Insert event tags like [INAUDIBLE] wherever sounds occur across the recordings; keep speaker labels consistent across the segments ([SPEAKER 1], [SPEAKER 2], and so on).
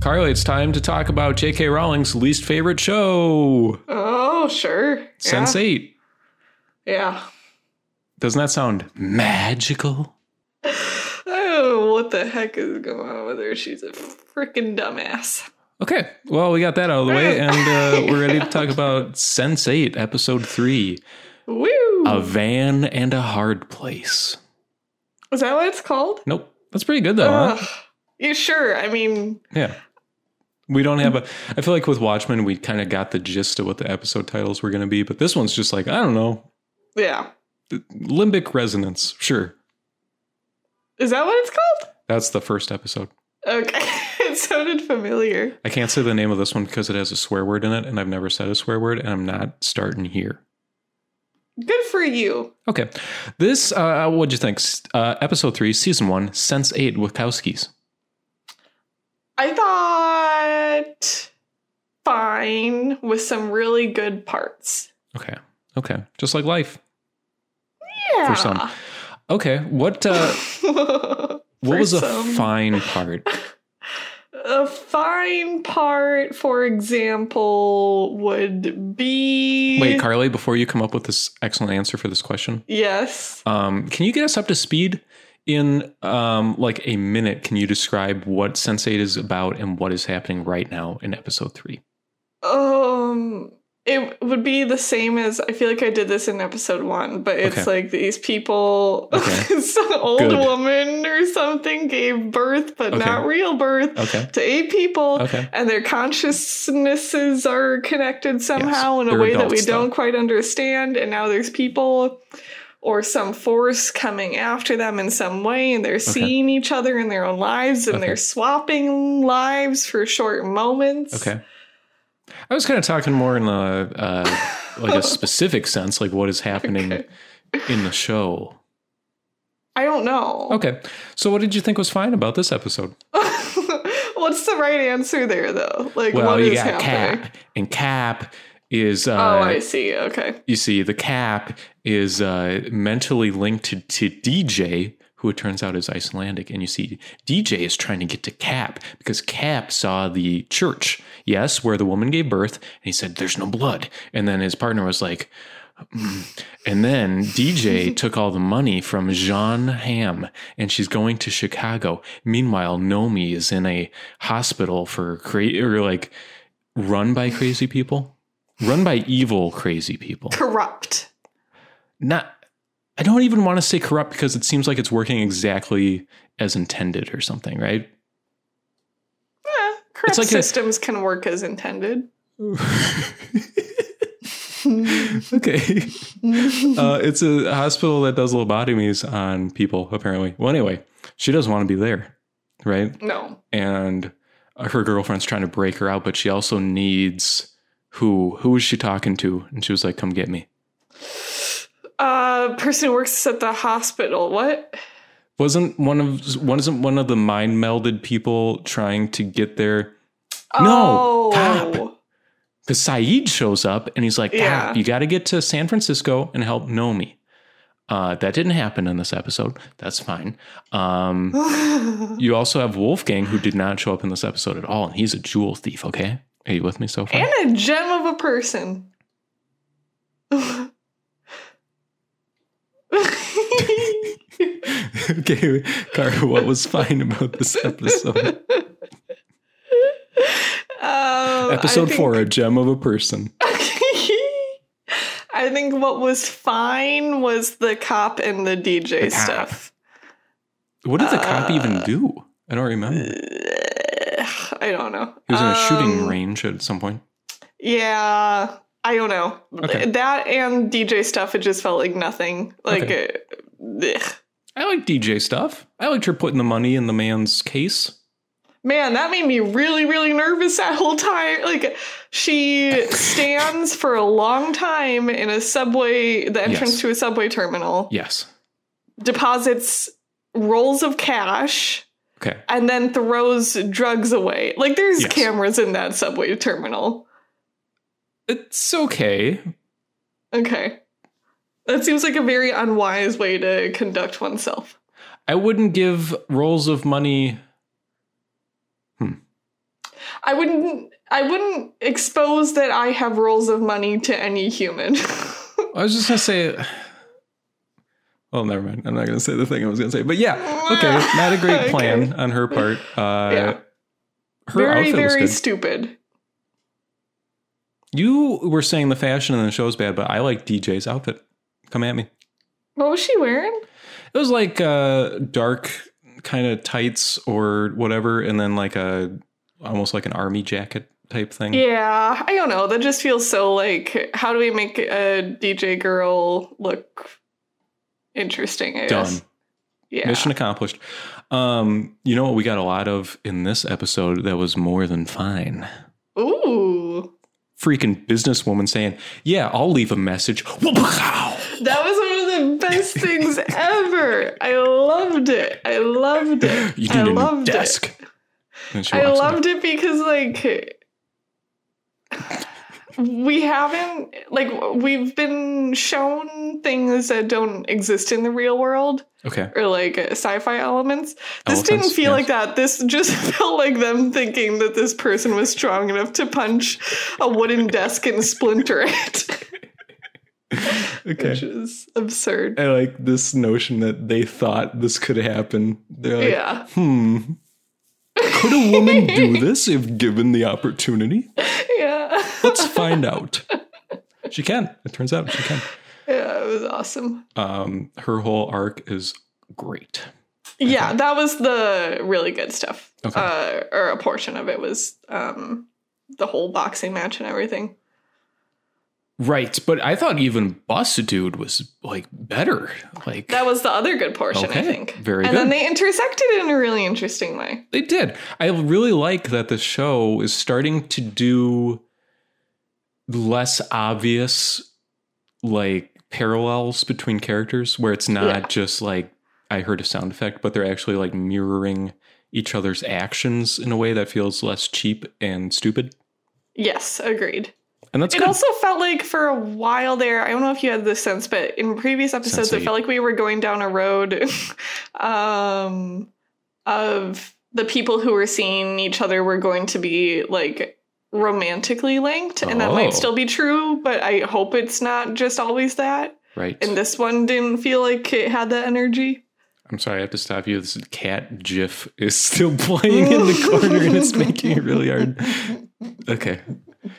[SPEAKER 1] Carly, it's time to talk about J.K. Rowling's least favorite show,
[SPEAKER 2] Oh, sure. Yeah.
[SPEAKER 1] Sense Eight.
[SPEAKER 2] Yeah.
[SPEAKER 1] Doesn't that sound magical?
[SPEAKER 2] Oh, what the heck is going on with her? She's a freaking dumbass.
[SPEAKER 1] Okay, well, we got that out of the way, and uh, we're ready to talk about Sense Eight, Episode Three:
[SPEAKER 2] Woo!
[SPEAKER 1] A Van and a Hard Place.
[SPEAKER 2] is that what it's called?
[SPEAKER 1] Nope, that's pretty good though. huh?
[SPEAKER 2] Ugh. You sure? I mean,
[SPEAKER 1] Yeah. We don't have a. I feel like with Watchmen, we kind of got the gist of what the episode titles were going to be, but this one's just like, I don't know.
[SPEAKER 2] yeah.
[SPEAKER 1] Limbic Resonance. Sure.
[SPEAKER 2] Is that what it's called?
[SPEAKER 1] That's the first episode.
[SPEAKER 2] Okay. [LAUGHS] it sounded familiar.
[SPEAKER 1] I can't say the name of this one because it has a swear word in it, and I've never said a swear word, and I'm not starting here.
[SPEAKER 2] Good for you.
[SPEAKER 1] Okay. This, uh, what'd you think? S- Uh, episode three, season one, Sense 8 Wachowskis.
[SPEAKER 2] I thought fine with some really good parts.
[SPEAKER 1] Okay. Okay. Just like life.
[SPEAKER 2] Yeah.
[SPEAKER 1] For some. Okay. What,
[SPEAKER 2] [LAUGHS]
[SPEAKER 1] uh, what
[SPEAKER 2] For
[SPEAKER 1] was a
[SPEAKER 2] some.
[SPEAKER 1] fine part?
[SPEAKER 2] a fine part, for example, would be.
[SPEAKER 1] Wait, Carly, before you come up with this excellent answer for this question,
[SPEAKER 2] Yes.
[SPEAKER 1] um, can you get us up to speed in um, like a minute? Can you describe what Sense8 is about and what is happening right now in episode three?
[SPEAKER 2] Um, it would be the same as I feel like I did this in episode one, but it's
[SPEAKER 1] Okay.
[SPEAKER 2] like these people,
[SPEAKER 1] Okay.
[SPEAKER 2] [LAUGHS] some old
[SPEAKER 1] Good.
[SPEAKER 2] woman or something gave birth, but
[SPEAKER 1] Okay.
[SPEAKER 2] not real birth,
[SPEAKER 1] Okay.
[SPEAKER 2] to eight people.
[SPEAKER 1] Okay.
[SPEAKER 2] And their consciousnesses are connected somehow in a
[SPEAKER 1] they're
[SPEAKER 2] way that we
[SPEAKER 1] adults, though.
[SPEAKER 2] don't quite understand. And now there's people or some force coming after them in some way, and they're seeing each other in their own lives and
[SPEAKER 1] Okay.
[SPEAKER 2] they're swapping lives for short moments.
[SPEAKER 1] Okay. I was kind of talking more in the uh, like a specific sense, like what is happening
[SPEAKER 2] Okay.
[SPEAKER 1] in the show.
[SPEAKER 2] I don't know.
[SPEAKER 1] Okay. So, what did you think was fine about this episode?
[SPEAKER 2] [LAUGHS] What's the right answer there, though? Like,
[SPEAKER 1] Well,
[SPEAKER 2] what
[SPEAKER 1] you
[SPEAKER 2] is
[SPEAKER 1] got
[SPEAKER 2] happening?
[SPEAKER 1] Cap, and Cap is uh,
[SPEAKER 2] Oh, I see. Okay.
[SPEAKER 1] you see the cap is uh, mentally linked to, to dj who it turns out is icelandic and you see dj is trying to get to cap because cap saw the church yes where the woman gave birth and he said there's no blood and then his partner was like "Mm." and then DJ took all the money from Jean Ham and she's going to Chicago. Meanwhile, Nomi is in a hospital for cra- or like run by crazy people, run by evil crazy people
[SPEAKER 2] Corrupt.
[SPEAKER 1] not I don't even want to say corrupt because it seems like it's working exactly as intended or something, right?
[SPEAKER 2] Eh, corrupt
[SPEAKER 1] like a-
[SPEAKER 2] systems can work
[SPEAKER 1] [LAUGHS]
[SPEAKER 2] as intended. [LAUGHS]
[SPEAKER 1] Uh, okay. Uh, it's a hospital that does lobotomies on people, apparently. Well, anyway, she doesn't want to be there, right?
[SPEAKER 2] No.
[SPEAKER 1] And uh, her girlfriend's trying to break her out, but she also needs who? Who is she talking to? And she was like, come get me.
[SPEAKER 2] Uh, person who works at the hospital. What?
[SPEAKER 1] Wasn't one of wasn't one of the mind melded people trying to get there? No, Cap.
[SPEAKER 2] Oh.
[SPEAKER 1] because Saeed shows up and he's like,
[SPEAKER 2] Yeah.
[SPEAKER 1] "Cap, you got to get to San Francisco and help Nomi. Uh, that didn't happen in this episode. That's fine. Um,
[SPEAKER 2] Oh.
[SPEAKER 1] you also have Wolfgang, who did not show up in this episode at all, and he's a jewel thief, okay? Are you with me so far?
[SPEAKER 2] [LAUGHS] and a gem of a person.
[SPEAKER 1] [LAUGHS]
[SPEAKER 2] [LAUGHS]
[SPEAKER 1] okay, Carter, what was fine about this episode?
[SPEAKER 2] [LAUGHS] Um, I
[SPEAKER 1] episode
[SPEAKER 2] think-
[SPEAKER 1] four, a gem of a person.
[SPEAKER 2] [LAUGHS] I think what was fine was the cop and the DJ
[SPEAKER 1] The cop.
[SPEAKER 2] stuff. [SIGHS]
[SPEAKER 1] What did the cop even
[SPEAKER 2] Uh,
[SPEAKER 1] do? I don't remember.
[SPEAKER 2] Ugh, I don't know.
[SPEAKER 1] He was in a shooting
[SPEAKER 2] Um,
[SPEAKER 1] range at some point.
[SPEAKER 2] Yeah, I don't know.
[SPEAKER 1] Okay.
[SPEAKER 2] That and DJ stuff, it just felt like nothing. Like, uh, ugh.
[SPEAKER 1] I like DJ stuff. I liked her putting the money in the man's case.
[SPEAKER 2] man, that made me really, really nervous that whole time. Like,
[SPEAKER 1] [LAUGHS]
[SPEAKER 2] she stands for a long time in a subway, the entrance
[SPEAKER 1] Yes.
[SPEAKER 2] to a subway terminal,
[SPEAKER 1] Yes.
[SPEAKER 2] deposits rolls of cash.
[SPEAKER 1] Okay.
[SPEAKER 2] and then throws drugs away. Like there's
[SPEAKER 1] Yes.
[SPEAKER 2] cameras in that subway terminal.
[SPEAKER 1] It's okay.
[SPEAKER 2] Okay. That seems like a very unwise way to conduct oneself.
[SPEAKER 1] I wouldn't give rolls of money.
[SPEAKER 2] I wouldn't I wouldn't expose that I have rolls of money to any human. [LAUGHS]
[SPEAKER 1] I was just gonna say. Well, never mind. I'm not gonna say the thing I was gonna say, but yeah,
[SPEAKER 2] [LAUGHS]
[SPEAKER 1] okay, not a great plan
[SPEAKER 2] Okay.
[SPEAKER 1] on her part. Uh,
[SPEAKER 2] Yeah.
[SPEAKER 1] Her
[SPEAKER 2] very
[SPEAKER 1] outfit was
[SPEAKER 2] very
[SPEAKER 1] good.
[SPEAKER 2] stupid.
[SPEAKER 1] you were saying the fashion in the show's bad, but I like DJ's outfit. Come at me.
[SPEAKER 2] What was she wearing?
[SPEAKER 1] It was like uh, dark kind of tights or whatever, and then like a almost like an army jacket type thing.
[SPEAKER 2] Yeah, I don't know. That just feels so like how do we make a DJ girl look interesting? I
[SPEAKER 1] Done.
[SPEAKER 2] guess. Yeah.
[SPEAKER 1] Mission accomplished. Um, you know what we got a lot of in this episode that was more than fine.
[SPEAKER 2] Ooh.
[SPEAKER 1] Freaking businesswoman saying, "Yeah, I'll leave a message." Whoop-a-cow.
[SPEAKER 2] That was one of the best things ever. I loved it. I loved
[SPEAKER 1] [LAUGHS]
[SPEAKER 2] it.
[SPEAKER 1] You need
[SPEAKER 2] I
[SPEAKER 1] a new
[SPEAKER 2] loved
[SPEAKER 1] desk. And
[SPEAKER 2] it.
[SPEAKER 1] she
[SPEAKER 2] I
[SPEAKER 1] walks in.
[SPEAKER 2] loved it because like we haven't like we've been shown things that don't exist in the real world
[SPEAKER 1] Okay.
[SPEAKER 2] or like sci-fi elements. This didn't
[SPEAKER 1] Elephants,
[SPEAKER 2] feel
[SPEAKER 1] yes.
[SPEAKER 2] like that. This just [LAUGHS] felt like them thinking that this person was strong enough to punch a wooden desk and splinter it, [LAUGHS] which
[SPEAKER 1] Okay.
[SPEAKER 2] is absurd.
[SPEAKER 1] I like this notion that they thought this could happen. They're like,
[SPEAKER 2] yeah. [LAUGHS]
[SPEAKER 1] hmm. Could a woman do this if given the opportunity?
[SPEAKER 2] Yeah.
[SPEAKER 1] Let's find out. She can. It turns out she can.
[SPEAKER 2] yeah, it was awesome.
[SPEAKER 1] Um, her whole arc is great.
[SPEAKER 2] Yeah, that was the really good stuff.
[SPEAKER 1] Okay.
[SPEAKER 2] Uh, or a portion of it was um, the whole boxing match and everything.
[SPEAKER 1] Right, but I thought even Bus Dude was like better. Like
[SPEAKER 2] That was the other good portion, I
[SPEAKER 1] Okay,
[SPEAKER 2] think.
[SPEAKER 1] very
[SPEAKER 2] and then
[SPEAKER 1] good.
[SPEAKER 2] they intersected in a really interesting way.
[SPEAKER 1] they did. I really like that the show is starting to do less obvious like parallels between characters where it's not
[SPEAKER 2] Yeah.
[SPEAKER 1] just like I heard a sound effect, but they're actually like mirroring each other's actions in a way that feels less cheap and stupid.
[SPEAKER 2] Yes, agreed.
[SPEAKER 1] And that's
[SPEAKER 2] It
[SPEAKER 1] good.
[SPEAKER 2] also felt like for a while there, I don't know if you had this sense, but in previous episodes,
[SPEAKER 1] Sense
[SPEAKER 2] it felt like we were going down a road [LAUGHS] um, of the people who were seeing each other were going to be like romantically linked. And that
[SPEAKER 1] Oh.
[SPEAKER 2] might still be true, but I hope it's not just always that.
[SPEAKER 1] right.
[SPEAKER 2] And this one didn't feel like it had that energy.
[SPEAKER 1] I'm sorry, I have to stop you. This cat gif is still [LAUGHS] playing in
[SPEAKER 2] [LAUGHS]
[SPEAKER 1] the corner and it's making it really hard. Okay.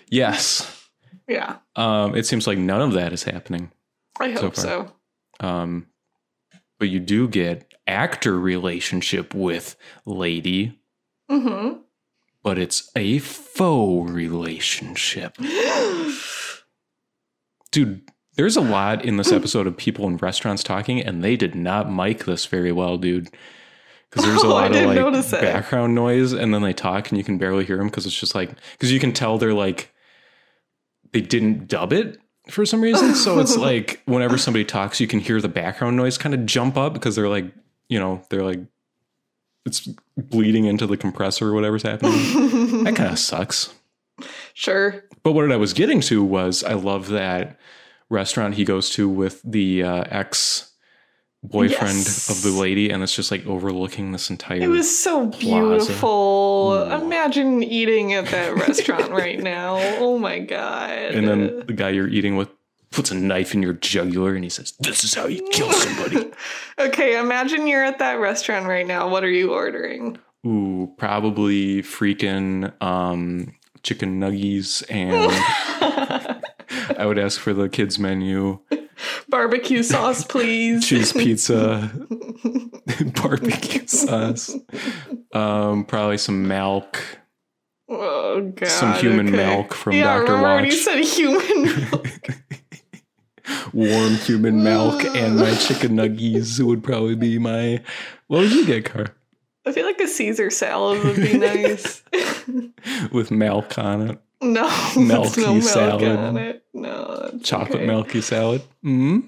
[SPEAKER 1] Yes.
[SPEAKER 2] Yeah,
[SPEAKER 1] Um, it seems like none of that is happening.
[SPEAKER 2] I
[SPEAKER 1] So
[SPEAKER 2] hope
[SPEAKER 1] far.
[SPEAKER 2] so.
[SPEAKER 1] Um, but you do get actor relationship with lady, [LAUGHS]
[SPEAKER 2] Mm-hmm.
[SPEAKER 1] but it's a faux relationship. Dude, there's a lot in this episode of people in restaurants talking, and they did not mic this very well, dude. Because there's a
[SPEAKER 2] [LAUGHS] Oh, I
[SPEAKER 1] lot
[SPEAKER 2] didn't
[SPEAKER 1] of like
[SPEAKER 2] notice it.
[SPEAKER 1] background noise, and then they talk, and you can barely hear them because it's just like because you can tell they're like they didn't dub it for some reason. So
[SPEAKER 2] [LAUGHS]
[SPEAKER 1] it's like whenever somebody talks, you can hear the background noise kind of jump up because they're like you know they're like it's bleeding into the compressor or whatever's happening. that kind of sucks.
[SPEAKER 2] [LAUGHS] sure.
[SPEAKER 1] But what I was getting to was I love that restaurant he goes to with the uh, ex boyfriend
[SPEAKER 2] Yes.
[SPEAKER 1] of the lady, and it's just like overlooking this entire.
[SPEAKER 2] It was so beautiful. Imagine eating at that restaurant
[SPEAKER 1] [LAUGHS]
[SPEAKER 2] right now. Oh my god.
[SPEAKER 1] and
[SPEAKER 2] [LAUGHS]
[SPEAKER 1] then the guy you're eating with puts a knife in your jugular, and he says, "This is how you
[SPEAKER 2] [LAUGHS]
[SPEAKER 1] kill somebody."
[SPEAKER 2] okay, imagine you're at that restaurant right now. What are
[SPEAKER 1] [LAUGHS]
[SPEAKER 2] you ordering?
[SPEAKER 1] Ooh, probably freaking um, chicken nuggies,
[SPEAKER 2] [LAUGHS]
[SPEAKER 1] and I would ask for the kids menu,
[SPEAKER 2] Barbecue sauce, please. [LAUGHS]
[SPEAKER 1] cheese pizza, [LAUGHS] barbecue sauce, um, probably some milk.
[SPEAKER 2] Oh god.
[SPEAKER 1] some human
[SPEAKER 2] okay.
[SPEAKER 1] milk from
[SPEAKER 2] yeah,
[SPEAKER 1] Dr.
[SPEAKER 2] remember when you
[SPEAKER 1] Watch. [LAUGHS]
[SPEAKER 2] said human milk?
[SPEAKER 1] warm human milk and my chicken nuggies would probably be my what would you get car
[SPEAKER 2] I feel like a Caesar salad
[SPEAKER 1] [LAUGHS]
[SPEAKER 2] would be nice. [LAUGHS]
[SPEAKER 1] with milk on it
[SPEAKER 2] no, there's
[SPEAKER 1] Milky
[SPEAKER 2] no milk
[SPEAKER 1] salad.
[SPEAKER 2] on it. No, that's
[SPEAKER 1] chocolate
[SPEAKER 2] okay.
[SPEAKER 1] milky salad mm-hmm.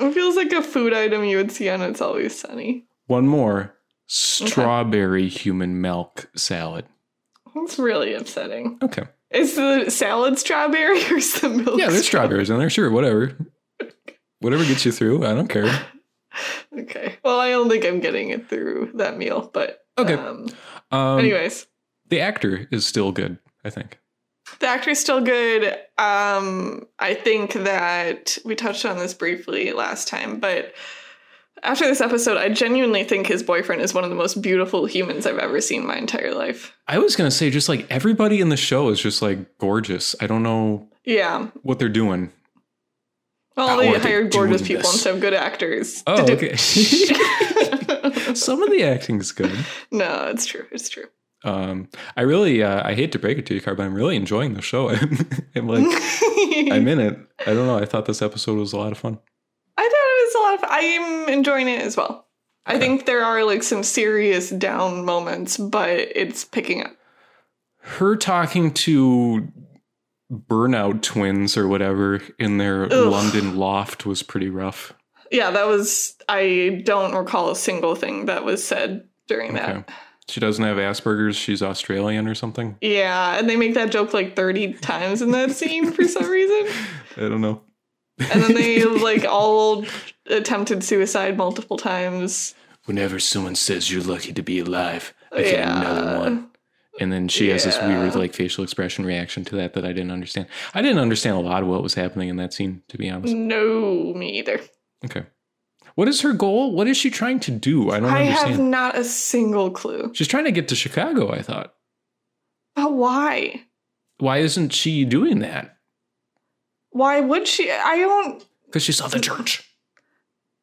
[SPEAKER 2] It feels like a food item you would see on It's Always Sunny.
[SPEAKER 1] one more strawberry human milk salad
[SPEAKER 2] It's really upsetting.
[SPEAKER 1] okay
[SPEAKER 2] Is the salad strawberry [LAUGHS] or is the milk?
[SPEAKER 1] yeah there's strawberries in there sure whatever whatever gets you through i don't care
[SPEAKER 2] Okay. Well, I don't think I'm getting it through that meal, but
[SPEAKER 1] Okay.
[SPEAKER 2] Um,
[SPEAKER 1] um
[SPEAKER 2] anyways,
[SPEAKER 1] The actor is still good, I think.
[SPEAKER 2] The actor's still good. Um, I think that we touched on this briefly last time, but after this episode, I genuinely think his boyfriend is one of the most beautiful humans I've ever seen in my entire life.
[SPEAKER 1] I was going to say, just like everybody in the show is just like gorgeous. I don't know
[SPEAKER 2] Yeah.
[SPEAKER 1] what they're doing.
[SPEAKER 2] Well,
[SPEAKER 1] How
[SPEAKER 2] they
[SPEAKER 1] are they
[SPEAKER 2] hired gorgeous
[SPEAKER 1] doing
[SPEAKER 2] people
[SPEAKER 1] this?
[SPEAKER 2] instead of good actors. [LAUGHS]
[SPEAKER 1] Oh, okay. [LAUGHS] Some of the acting's good.
[SPEAKER 2] no, it's true. It's true.
[SPEAKER 1] Um, I really, uh, I hate to break it to you, Car, but I'm really enjoying the show. [LAUGHS] I'm like,
[SPEAKER 2] i [LAUGHS]
[SPEAKER 1] I'm in it. I don't know. I thought this episode was a lot of fun.
[SPEAKER 2] thought it was a lot of I'm enjoying it as well. I
[SPEAKER 1] Okay.
[SPEAKER 2] think there are like some serious down moments, but it's picking up.
[SPEAKER 1] Her talking to burnout twins or whatever in their
[SPEAKER 2] Ugh.
[SPEAKER 1] London loft was pretty rough.
[SPEAKER 2] Yeah, that was I don't recall a single thing that was said during that.
[SPEAKER 1] She doesn't have Asperger's. She's Australian or something.
[SPEAKER 2] Yeah, and they make that joke like 30 times in that scene for some reason.
[SPEAKER 1] I don't know.
[SPEAKER 2] And then they like all attempted suicide multiple times.
[SPEAKER 1] [LAUGHS] Whenever someone says you're lucky to be alive, I get
[SPEAKER 2] Oh, yeah.
[SPEAKER 1] another one. And then she has this
[SPEAKER 2] Yeah.
[SPEAKER 1] weird like facial expression reaction to that that I didn't understand. I didn't understand a lot of what was happening in that scene, to be
[SPEAKER 2] Mm.
[SPEAKER 1] honest.
[SPEAKER 2] No, me either.
[SPEAKER 1] Okay. What is her goal? What is she trying to do? I don't
[SPEAKER 2] I
[SPEAKER 1] understand.
[SPEAKER 2] have not a single clue.
[SPEAKER 1] She's trying to get to Chicago, I thought.
[SPEAKER 2] But why?
[SPEAKER 1] Why isn't she doing that?
[SPEAKER 2] Why would she? I don't.
[SPEAKER 1] Because she saw the church.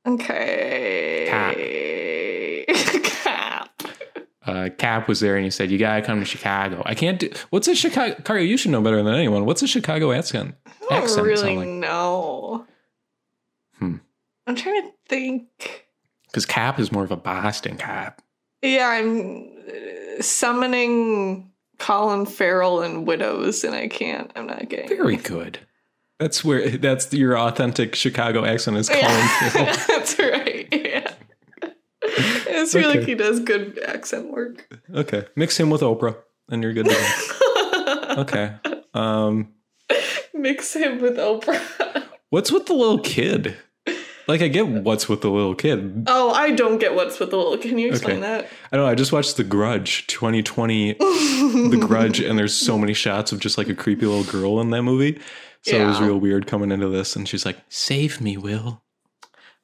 [SPEAKER 2] Okay. [LAUGHS] Cap.
[SPEAKER 1] Uh, Cap was there and he said, You gotta come to Chicago. I can't do what's a Chicago Cario, you should know better than anyone. What's a Chicago accent?
[SPEAKER 2] I don't
[SPEAKER 1] Accent
[SPEAKER 2] really
[SPEAKER 1] sound like-
[SPEAKER 2] know.
[SPEAKER 1] Hmm.
[SPEAKER 2] I'm trying to think.
[SPEAKER 1] Because Cap is more of a Boston Cap.
[SPEAKER 2] Yeah, I'm uh, summoning Colin Farrell and widows, and I can't. I'm not getting
[SPEAKER 1] Very good. That's where that's your authentic Chicago accent is Colin
[SPEAKER 2] [LAUGHS] [LAUGHS] Yeah.
[SPEAKER 1] Farrell.
[SPEAKER 2] That's right. Yeah. I just feel like
[SPEAKER 1] Okay.
[SPEAKER 2] he does good accent work. [LAUGHS]
[SPEAKER 1] Okay. Mix him with Oprah and you're good to go.
[SPEAKER 2] [LAUGHS]
[SPEAKER 1] Okay. Um
[SPEAKER 2] Mix him with Oprah.
[SPEAKER 1] what's with the little kid? Like I get what's with the little kid.
[SPEAKER 2] Oh, I don't get what's with the little. Can you explain
[SPEAKER 1] I don't know. I just watched The Grudge 2020,
[SPEAKER 2] that?
[SPEAKER 1] The Grudge, and there's so many shots of just like a creepy little girl in that movie. So it was
[SPEAKER 2] Yeah.
[SPEAKER 1] real weird coming into this. And she's like, Save me, Will.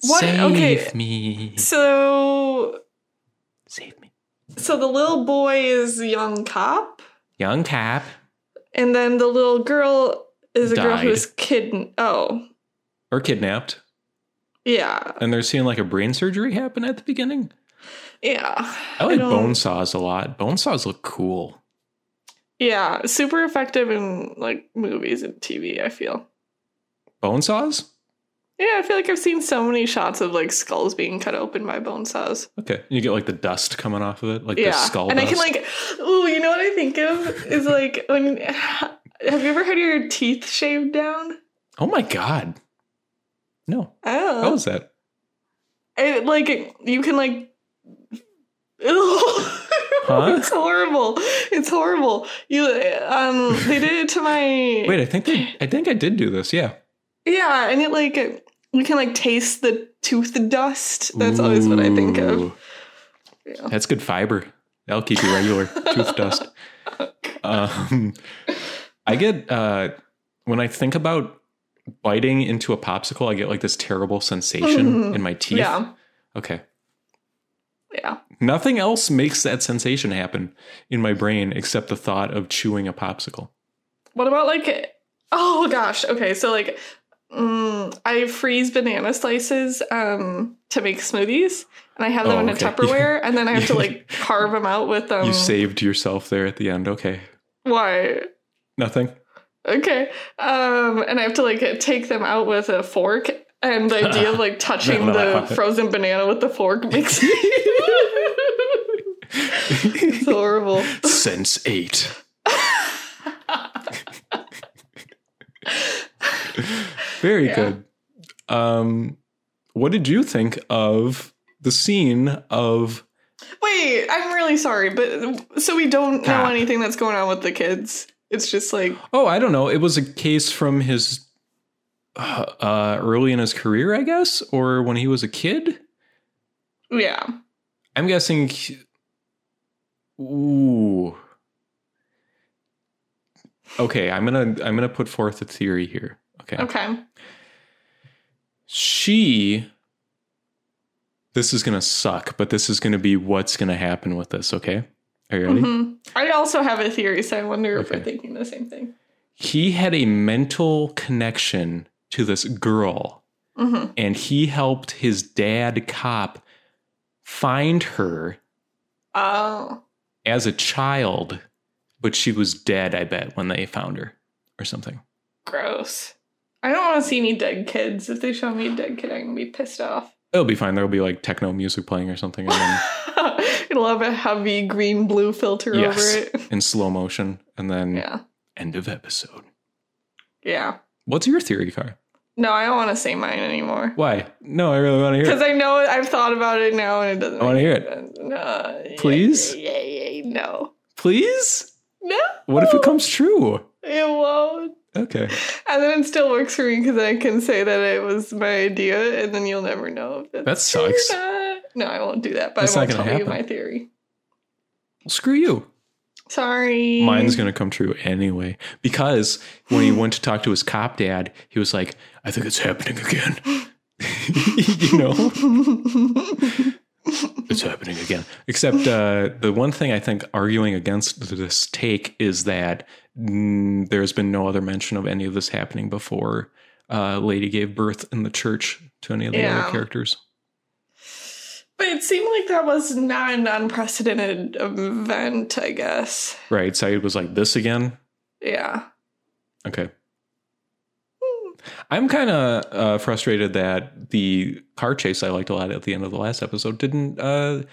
[SPEAKER 2] What?
[SPEAKER 1] Save
[SPEAKER 2] Okay.
[SPEAKER 1] me.
[SPEAKER 2] So,
[SPEAKER 1] Save me.
[SPEAKER 2] so the little boy is a young cop,
[SPEAKER 1] Young Cap.
[SPEAKER 2] and then the little girl is a girl
[SPEAKER 1] Died.
[SPEAKER 2] who was kidnapped. Oh,
[SPEAKER 1] Or kidnapped.
[SPEAKER 2] yeah,
[SPEAKER 1] And they're seeing like a brain surgery happen at the beginning.
[SPEAKER 2] yeah.
[SPEAKER 1] I like
[SPEAKER 2] don't-
[SPEAKER 1] bone saws a lot. Bone saws look cool.
[SPEAKER 2] Yeah, super effective in like movies and TV. I feel.
[SPEAKER 1] Bone saws?
[SPEAKER 2] Yeah, I feel like I've seen so many shots of like skulls being cut open by bone saws.
[SPEAKER 1] Okay. You get like the dust coming off of it, like
[SPEAKER 2] yeah,
[SPEAKER 1] the skull
[SPEAKER 2] and
[SPEAKER 1] dust.
[SPEAKER 2] I can like, ooh, you know what I think of is like when. [SIGHS] Have you ever had your teeth shaved down?
[SPEAKER 1] oh my God. No.
[SPEAKER 2] Oh,
[SPEAKER 1] How was that?
[SPEAKER 2] it like it- you can like [LAUGHS] it's horrible it's horrible you um they did it to my
[SPEAKER 1] [LAUGHS] Wait, I think they, I think I did do this. Yeah.
[SPEAKER 2] yeah and it like you can like taste the tooth dust that's always what i think of
[SPEAKER 1] Ooh.
[SPEAKER 2] Yeah.
[SPEAKER 1] That's good fiber. That'll keep you
[SPEAKER 2] [LAUGHS]
[SPEAKER 1] regular. Tooth dust. Um, I get uh, when I think about biting into a popsicle, I get like this terrible sensation
[SPEAKER 2] Mhm.
[SPEAKER 1] in my teeth.
[SPEAKER 2] yeah
[SPEAKER 1] Okay.
[SPEAKER 2] yeah
[SPEAKER 1] Nothing else makes that sensation happen in my brain except the thought of chewing a popsicle.
[SPEAKER 2] what about like oh gosh okay so like mm, i freeze banana slices um to make smoothies and i have them
[SPEAKER 1] Oh,
[SPEAKER 2] in a
[SPEAKER 1] okay. [LAUGHS]
[SPEAKER 2] tupperware and then i have to like carve them out with um
[SPEAKER 1] you saved yourself there at the end. Okay.
[SPEAKER 2] why
[SPEAKER 1] Nothing.
[SPEAKER 2] Okay. Um, and I have to like take them out with a fork. And the idea
[SPEAKER 1] [LAUGHS]
[SPEAKER 2] of like touching the frozen banana with the fork makes me. [LAUGHS] it's horrible.
[SPEAKER 1] [LAUGHS] Sense eight. Very
[SPEAKER 2] Yeah.
[SPEAKER 1] good. Um, what did you think of the scene of
[SPEAKER 2] Wait, I'm really sorry, but so we don't know
[SPEAKER 1] Ah.
[SPEAKER 2] anything that's going on with the kids. It's just like,
[SPEAKER 1] Oh, I don't know. It was a case from his uh, uh, early in his career, I guess, or when he was a kid.
[SPEAKER 2] yeah.
[SPEAKER 1] I'm guessing. he- Ooh, okay, I'm gonna I'm gonna put forth a theory here. Okay.
[SPEAKER 2] Okay.
[SPEAKER 1] She this is gonna suck, but this is gonna be what's gonna happen with this, okay? Are you ready?
[SPEAKER 2] Mhm. I also have a theory, so I wonder if we're
[SPEAKER 1] Okay.
[SPEAKER 2] thinking the same thing.
[SPEAKER 1] He had a mental connection to this girl
[SPEAKER 2] hmm
[SPEAKER 1] and he helped his dad cop find her
[SPEAKER 2] Oh,
[SPEAKER 1] as a child, but she was dead, I bet, when they found her or something.
[SPEAKER 2] gross. I don't want to see any dead kids. If they show me a dead kid, I'm gonna be pissed off.
[SPEAKER 1] It'll be fine. There'll be like techno music playing or something and
[SPEAKER 2] [LAUGHS]
[SPEAKER 1] then
[SPEAKER 2] It'll have a heavy green blue filter
[SPEAKER 1] Yes.
[SPEAKER 2] over it.
[SPEAKER 1] in slow motion and then
[SPEAKER 2] Yeah.
[SPEAKER 1] end of episode.
[SPEAKER 2] Yeah.
[SPEAKER 1] What's your theory, Car?
[SPEAKER 2] No, I don't want to say mine anymore.
[SPEAKER 1] Why? No, I really want to hear
[SPEAKER 2] Because
[SPEAKER 1] it.
[SPEAKER 2] I know I've thought about it now and it doesn't.
[SPEAKER 1] I wanna
[SPEAKER 2] make
[SPEAKER 1] hear
[SPEAKER 2] sense. No. yeah,
[SPEAKER 1] Please?
[SPEAKER 2] Yeah, yeah, yeah, no.
[SPEAKER 1] Please?
[SPEAKER 2] No.
[SPEAKER 1] What if it comes true?
[SPEAKER 2] It won't.
[SPEAKER 1] Okay.
[SPEAKER 2] And then it still works for me because I can say that it was my idea, and then you'll never know if it's
[SPEAKER 1] That
[SPEAKER 2] true or
[SPEAKER 1] sucks.
[SPEAKER 2] not. No, I won't do that. But
[SPEAKER 1] That's
[SPEAKER 2] I
[SPEAKER 1] not
[SPEAKER 2] won't tell
[SPEAKER 1] gonna
[SPEAKER 2] you
[SPEAKER 1] happen.
[SPEAKER 2] my theory.
[SPEAKER 1] Well, screw you.
[SPEAKER 2] Sorry.
[SPEAKER 1] Mine's going to come true anyway. Because when he went to talk to his cop dad, he was like, I think it's happening again. [LAUGHS] [LAUGHS] you know?
[SPEAKER 2] [LAUGHS]
[SPEAKER 1] It's happening again. Except uh, the one thing I think arguing against this take is that mm, there's been no other mention of any of this happening before uh, Lady gave birth in the church to any of the
[SPEAKER 2] Yeah.
[SPEAKER 1] other characters.
[SPEAKER 2] but it seemed like that was not an unprecedented event. I guess.
[SPEAKER 1] Right. Saeed was like, this again?
[SPEAKER 2] Yeah.
[SPEAKER 1] Okay. I'm kind of uh, frustrated that the car chase I liked a lot at the end of the last episode didn't. Uh,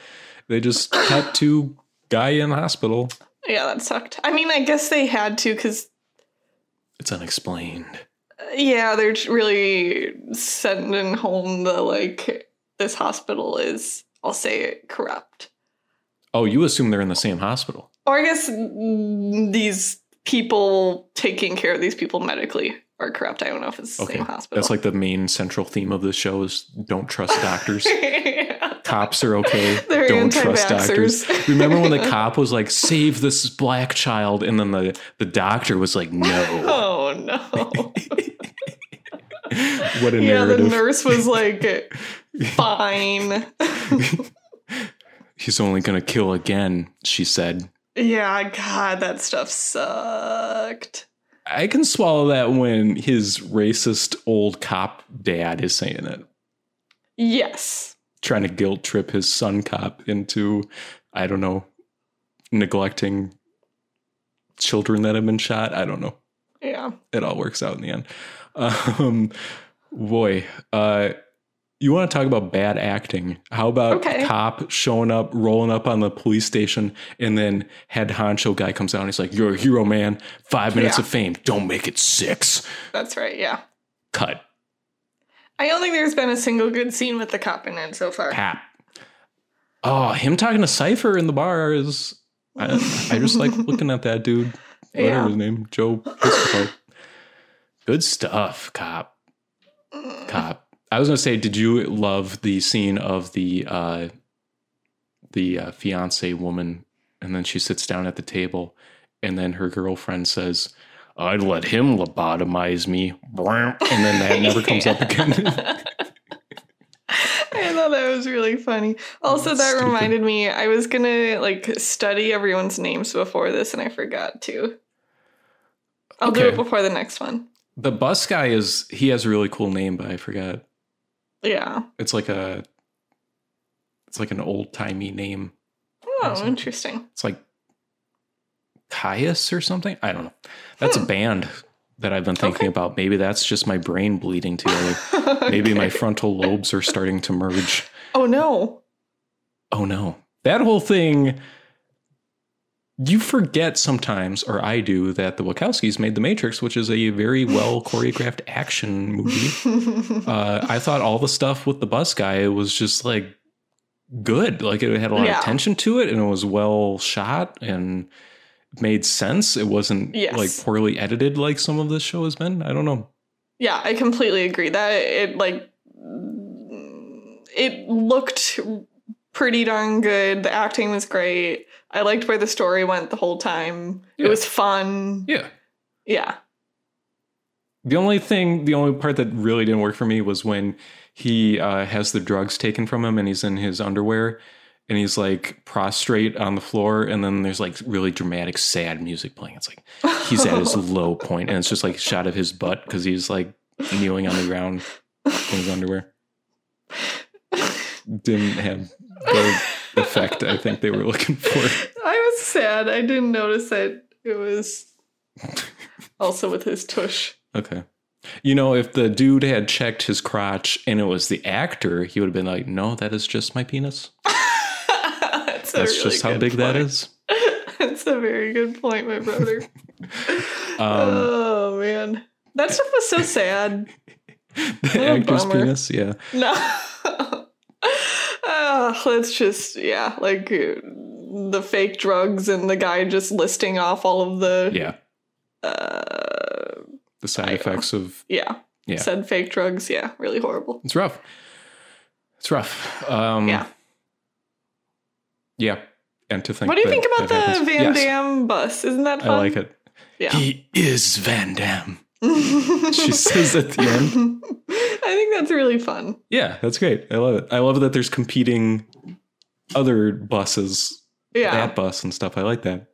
[SPEAKER 1] they just cut to guy in hospital.
[SPEAKER 2] Yeah, that sucked. I mean, I guess they had to because
[SPEAKER 1] It's unexplained.
[SPEAKER 2] yeah, they're j- really sending home the like this hospital is. I'll say it corrupt.
[SPEAKER 1] Oh, you assume they're in the same hospital.
[SPEAKER 2] Or I guess mm, these people taking care of these people medically are corrupt. I don't know if it's the
[SPEAKER 1] Okay,
[SPEAKER 2] same hospital.
[SPEAKER 1] That's like the main central theme of the show is don't trust
[SPEAKER 2] [LAUGHS]
[SPEAKER 1] doctors.
[SPEAKER 2] like
[SPEAKER 1] Cops are okay.
[SPEAKER 2] They're
[SPEAKER 1] don't trust
[SPEAKER 2] anti-vaxxers.
[SPEAKER 1] doctors. Remember
[SPEAKER 2] [LAUGHS]
[SPEAKER 1] when the cop was like, save this black child? And then the, the doctor was like,
[SPEAKER 2] [LAUGHS]
[SPEAKER 1] no.
[SPEAKER 2] Oh no.
[SPEAKER 1] What a
[SPEAKER 2] yeah, the
[SPEAKER 1] narrative. [LAUGHS]
[SPEAKER 2] nurse was like fine.
[SPEAKER 1] [LAUGHS] He's only going to kill again, she said.
[SPEAKER 2] yeah, god, that stuff sucked.
[SPEAKER 1] I can swallow that when his racist old cop dad is saying it,
[SPEAKER 2] Yes.
[SPEAKER 1] trying to guilt trip his son cop into, I don't know, neglecting children that have been shot. I don't know.
[SPEAKER 2] Yeah.
[SPEAKER 1] It all works out in the end. Um, boy, uh, you want to talk about bad acting? How about
[SPEAKER 2] Okay.
[SPEAKER 1] cop showing up, rolling up on the police station, and then head honcho guy comes out and he's like, "You're a hero, man. Five minutes
[SPEAKER 2] Yeah.
[SPEAKER 1] of fame. Don't make it six.
[SPEAKER 2] That's right, yeah.
[SPEAKER 1] Cut."
[SPEAKER 2] I don't think there's been a single good scene with the cop in it so far.
[SPEAKER 1] Pap. Oh, him talking to Cypher in the bar is. I, I just like looking at that dude. Whatever
[SPEAKER 2] Yeah.
[SPEAKER 1] his name, Joe. Piscopo. Good stuff, cop.
[SPEAKER 2] Mm.
[SPEAKER 1] Cop. I was gonna say, did you love the scene of the uh, the uh, fiance woman, and then she sits down at the table, and then her girlfriend says, "I'd let him lobotomize me," and then that never comes
[SPEAKER 2] [LAUGHS]
[SPEAKER 1] up again. [LAUGHS]
[SPEAKER 2] I thought that was really funny. Also,
[SPEAKER 1] that's
[SPEAKER 2] that
[SPEAKER 1] stupid.
[SPEAKER 2] reminded me, I was gonna like study everyone's names before this, and I forgot to. I'll do it
[SPEAKER 1] Okay.
[SPEAKER 2] before the next one.
[SPEAKER 1] The bus guy is he has a really cool name, but I forgot.
[SPEAKER 2] Yeah.
[SPEAKER 1] It's like a it's like an old timey name.
[SPEAKER 2] Oh,
[SPEAKER 1] Awesome.
[SPEAKER 2] interesting. [LAUGHS]
[SPEAKER 1] It's like Caius or something. I don't know. That's a band that I've been thinking
[SPEAKER 2] Okay.
[SPEAKER 1] about. Maybe that's just my brain bleeding together. Maybe my
[SPEAKER 2] [LAUGHS] Okay.
[SPEAKER 1] frontal lobes are starting to merge.
[SPEAKER 2] oh no.
[SPEAKER 1] Oh no. That whole thing you forget sometimes, or I do, that the Wachowskis made The Matrix, which is a very well choreographed action movie. uh, I thought all the stuff with the bus guy was just like good. Like it had a lot
[SPEAKER 2] Yeah.
[SPEAKER 1] of tension to it and it was well shot and made sense. It wasn't
[SPEAKER 2] Yes.
[SPEAKER 1] like poorly edited like some of this show has been. I don't know.
[SPEAKER 2] [LAUGHS] yeah, I completely agree. That it like it looked pretty darn good. The acting was great. I liked where the story went the whole time.
[SPEAKER 1] Yeah.
[SPEAKER 2] It was fun.
[SPEAKER 1] Yeah.
[SPEAKER 2] Yeah.
[SPEAKER 1] The only thing, the only part that really didn't work for me was when he uh, has the drugs taken from him and he's in his underwear and he's like prostrate on the floor and then there's like really dramatic sad music playing. It's like he's at
[SPEAKER 2] [LAUGHS]
[SPEAKER 1] his low point and it's just like a shot of his butt because he's like kneeling on the ground in his underwear. Didn't have the effect I think they were looking for.
[SPEAKER 2] I was sad. I didn't notice it. It was also with his tush. [LAUGHS]
[SPEAKER 1] Okay. You know, if the dude had checked his crotch and it was the actor, he would have been like, no, that is just my penis.
[SPEAKER 2] That's, a
[SPEAKER 1] That's
[SPEAKER 2] really
[SPEAKER 1] just how
[SPEAKER 2] good
[SPEAKER 1] big that
[SPEAKER 2] point.
[SPEAKER 1] is.
[SPEAKER 2] [LAUGHS] That's a very good point, my brother.
[SPEAKER 1] [LAUGHS] Um, [LAUGHS]
[SPEAKER 2] oh man, that stuff was so sad.
[SPEAKER 1] the
[SPEAKER 2] a
[SPEAKER 1] actor's
[SPEAKER 2] bummer.
[SPEAKER 1] penis, yeah.
[SPEAKER 2] No, Ah, let's just yeah, like uh, the fake drugs and the guy just listing off all of the
[SPEAKER 1] Yeah.
[SPEAKER 2] uh,
[SPEAKER 1] The side
[SPEAKER 2] I know.
[SPEAKER 1] effects of
[SPEAKER 2] yeah,
[SPEAKER 1] Yeah.
[SPEAKER 2] said fake drugs. Yeah, really horrible.
[SPEAKER 1] it's rough. It's rough. Um,
[SPEAKER 2] Yeah.
[SPEAKER 1] Yeah. And to think
[SPEAKER 2] what do you
[SPEAKER 1] that-
[SPEAKER 2] think about the
[SPEAKER 1] that happens.
[SPEAKER 2] Van
[SPEAKER 1] Yes,
[SPEAKER 2] Damme bus? Isn't that fun?
[SPEAKER 1] I like it.
[SPEAKER 2] Yeah.
[SPEAKER 1] He is Van Damme.
[SPEAKER 2] [LAUGHS]
[SPEAKER 1] She says at the end.
[SPEAKER 2] I think that's really fun.
[SPEAKER 1] Yeah, that's great. I love it. I love that there's competing other buses
[SPEAKER 2] Yeah.
[SPEAKER 1] that bus and stuff. I like that.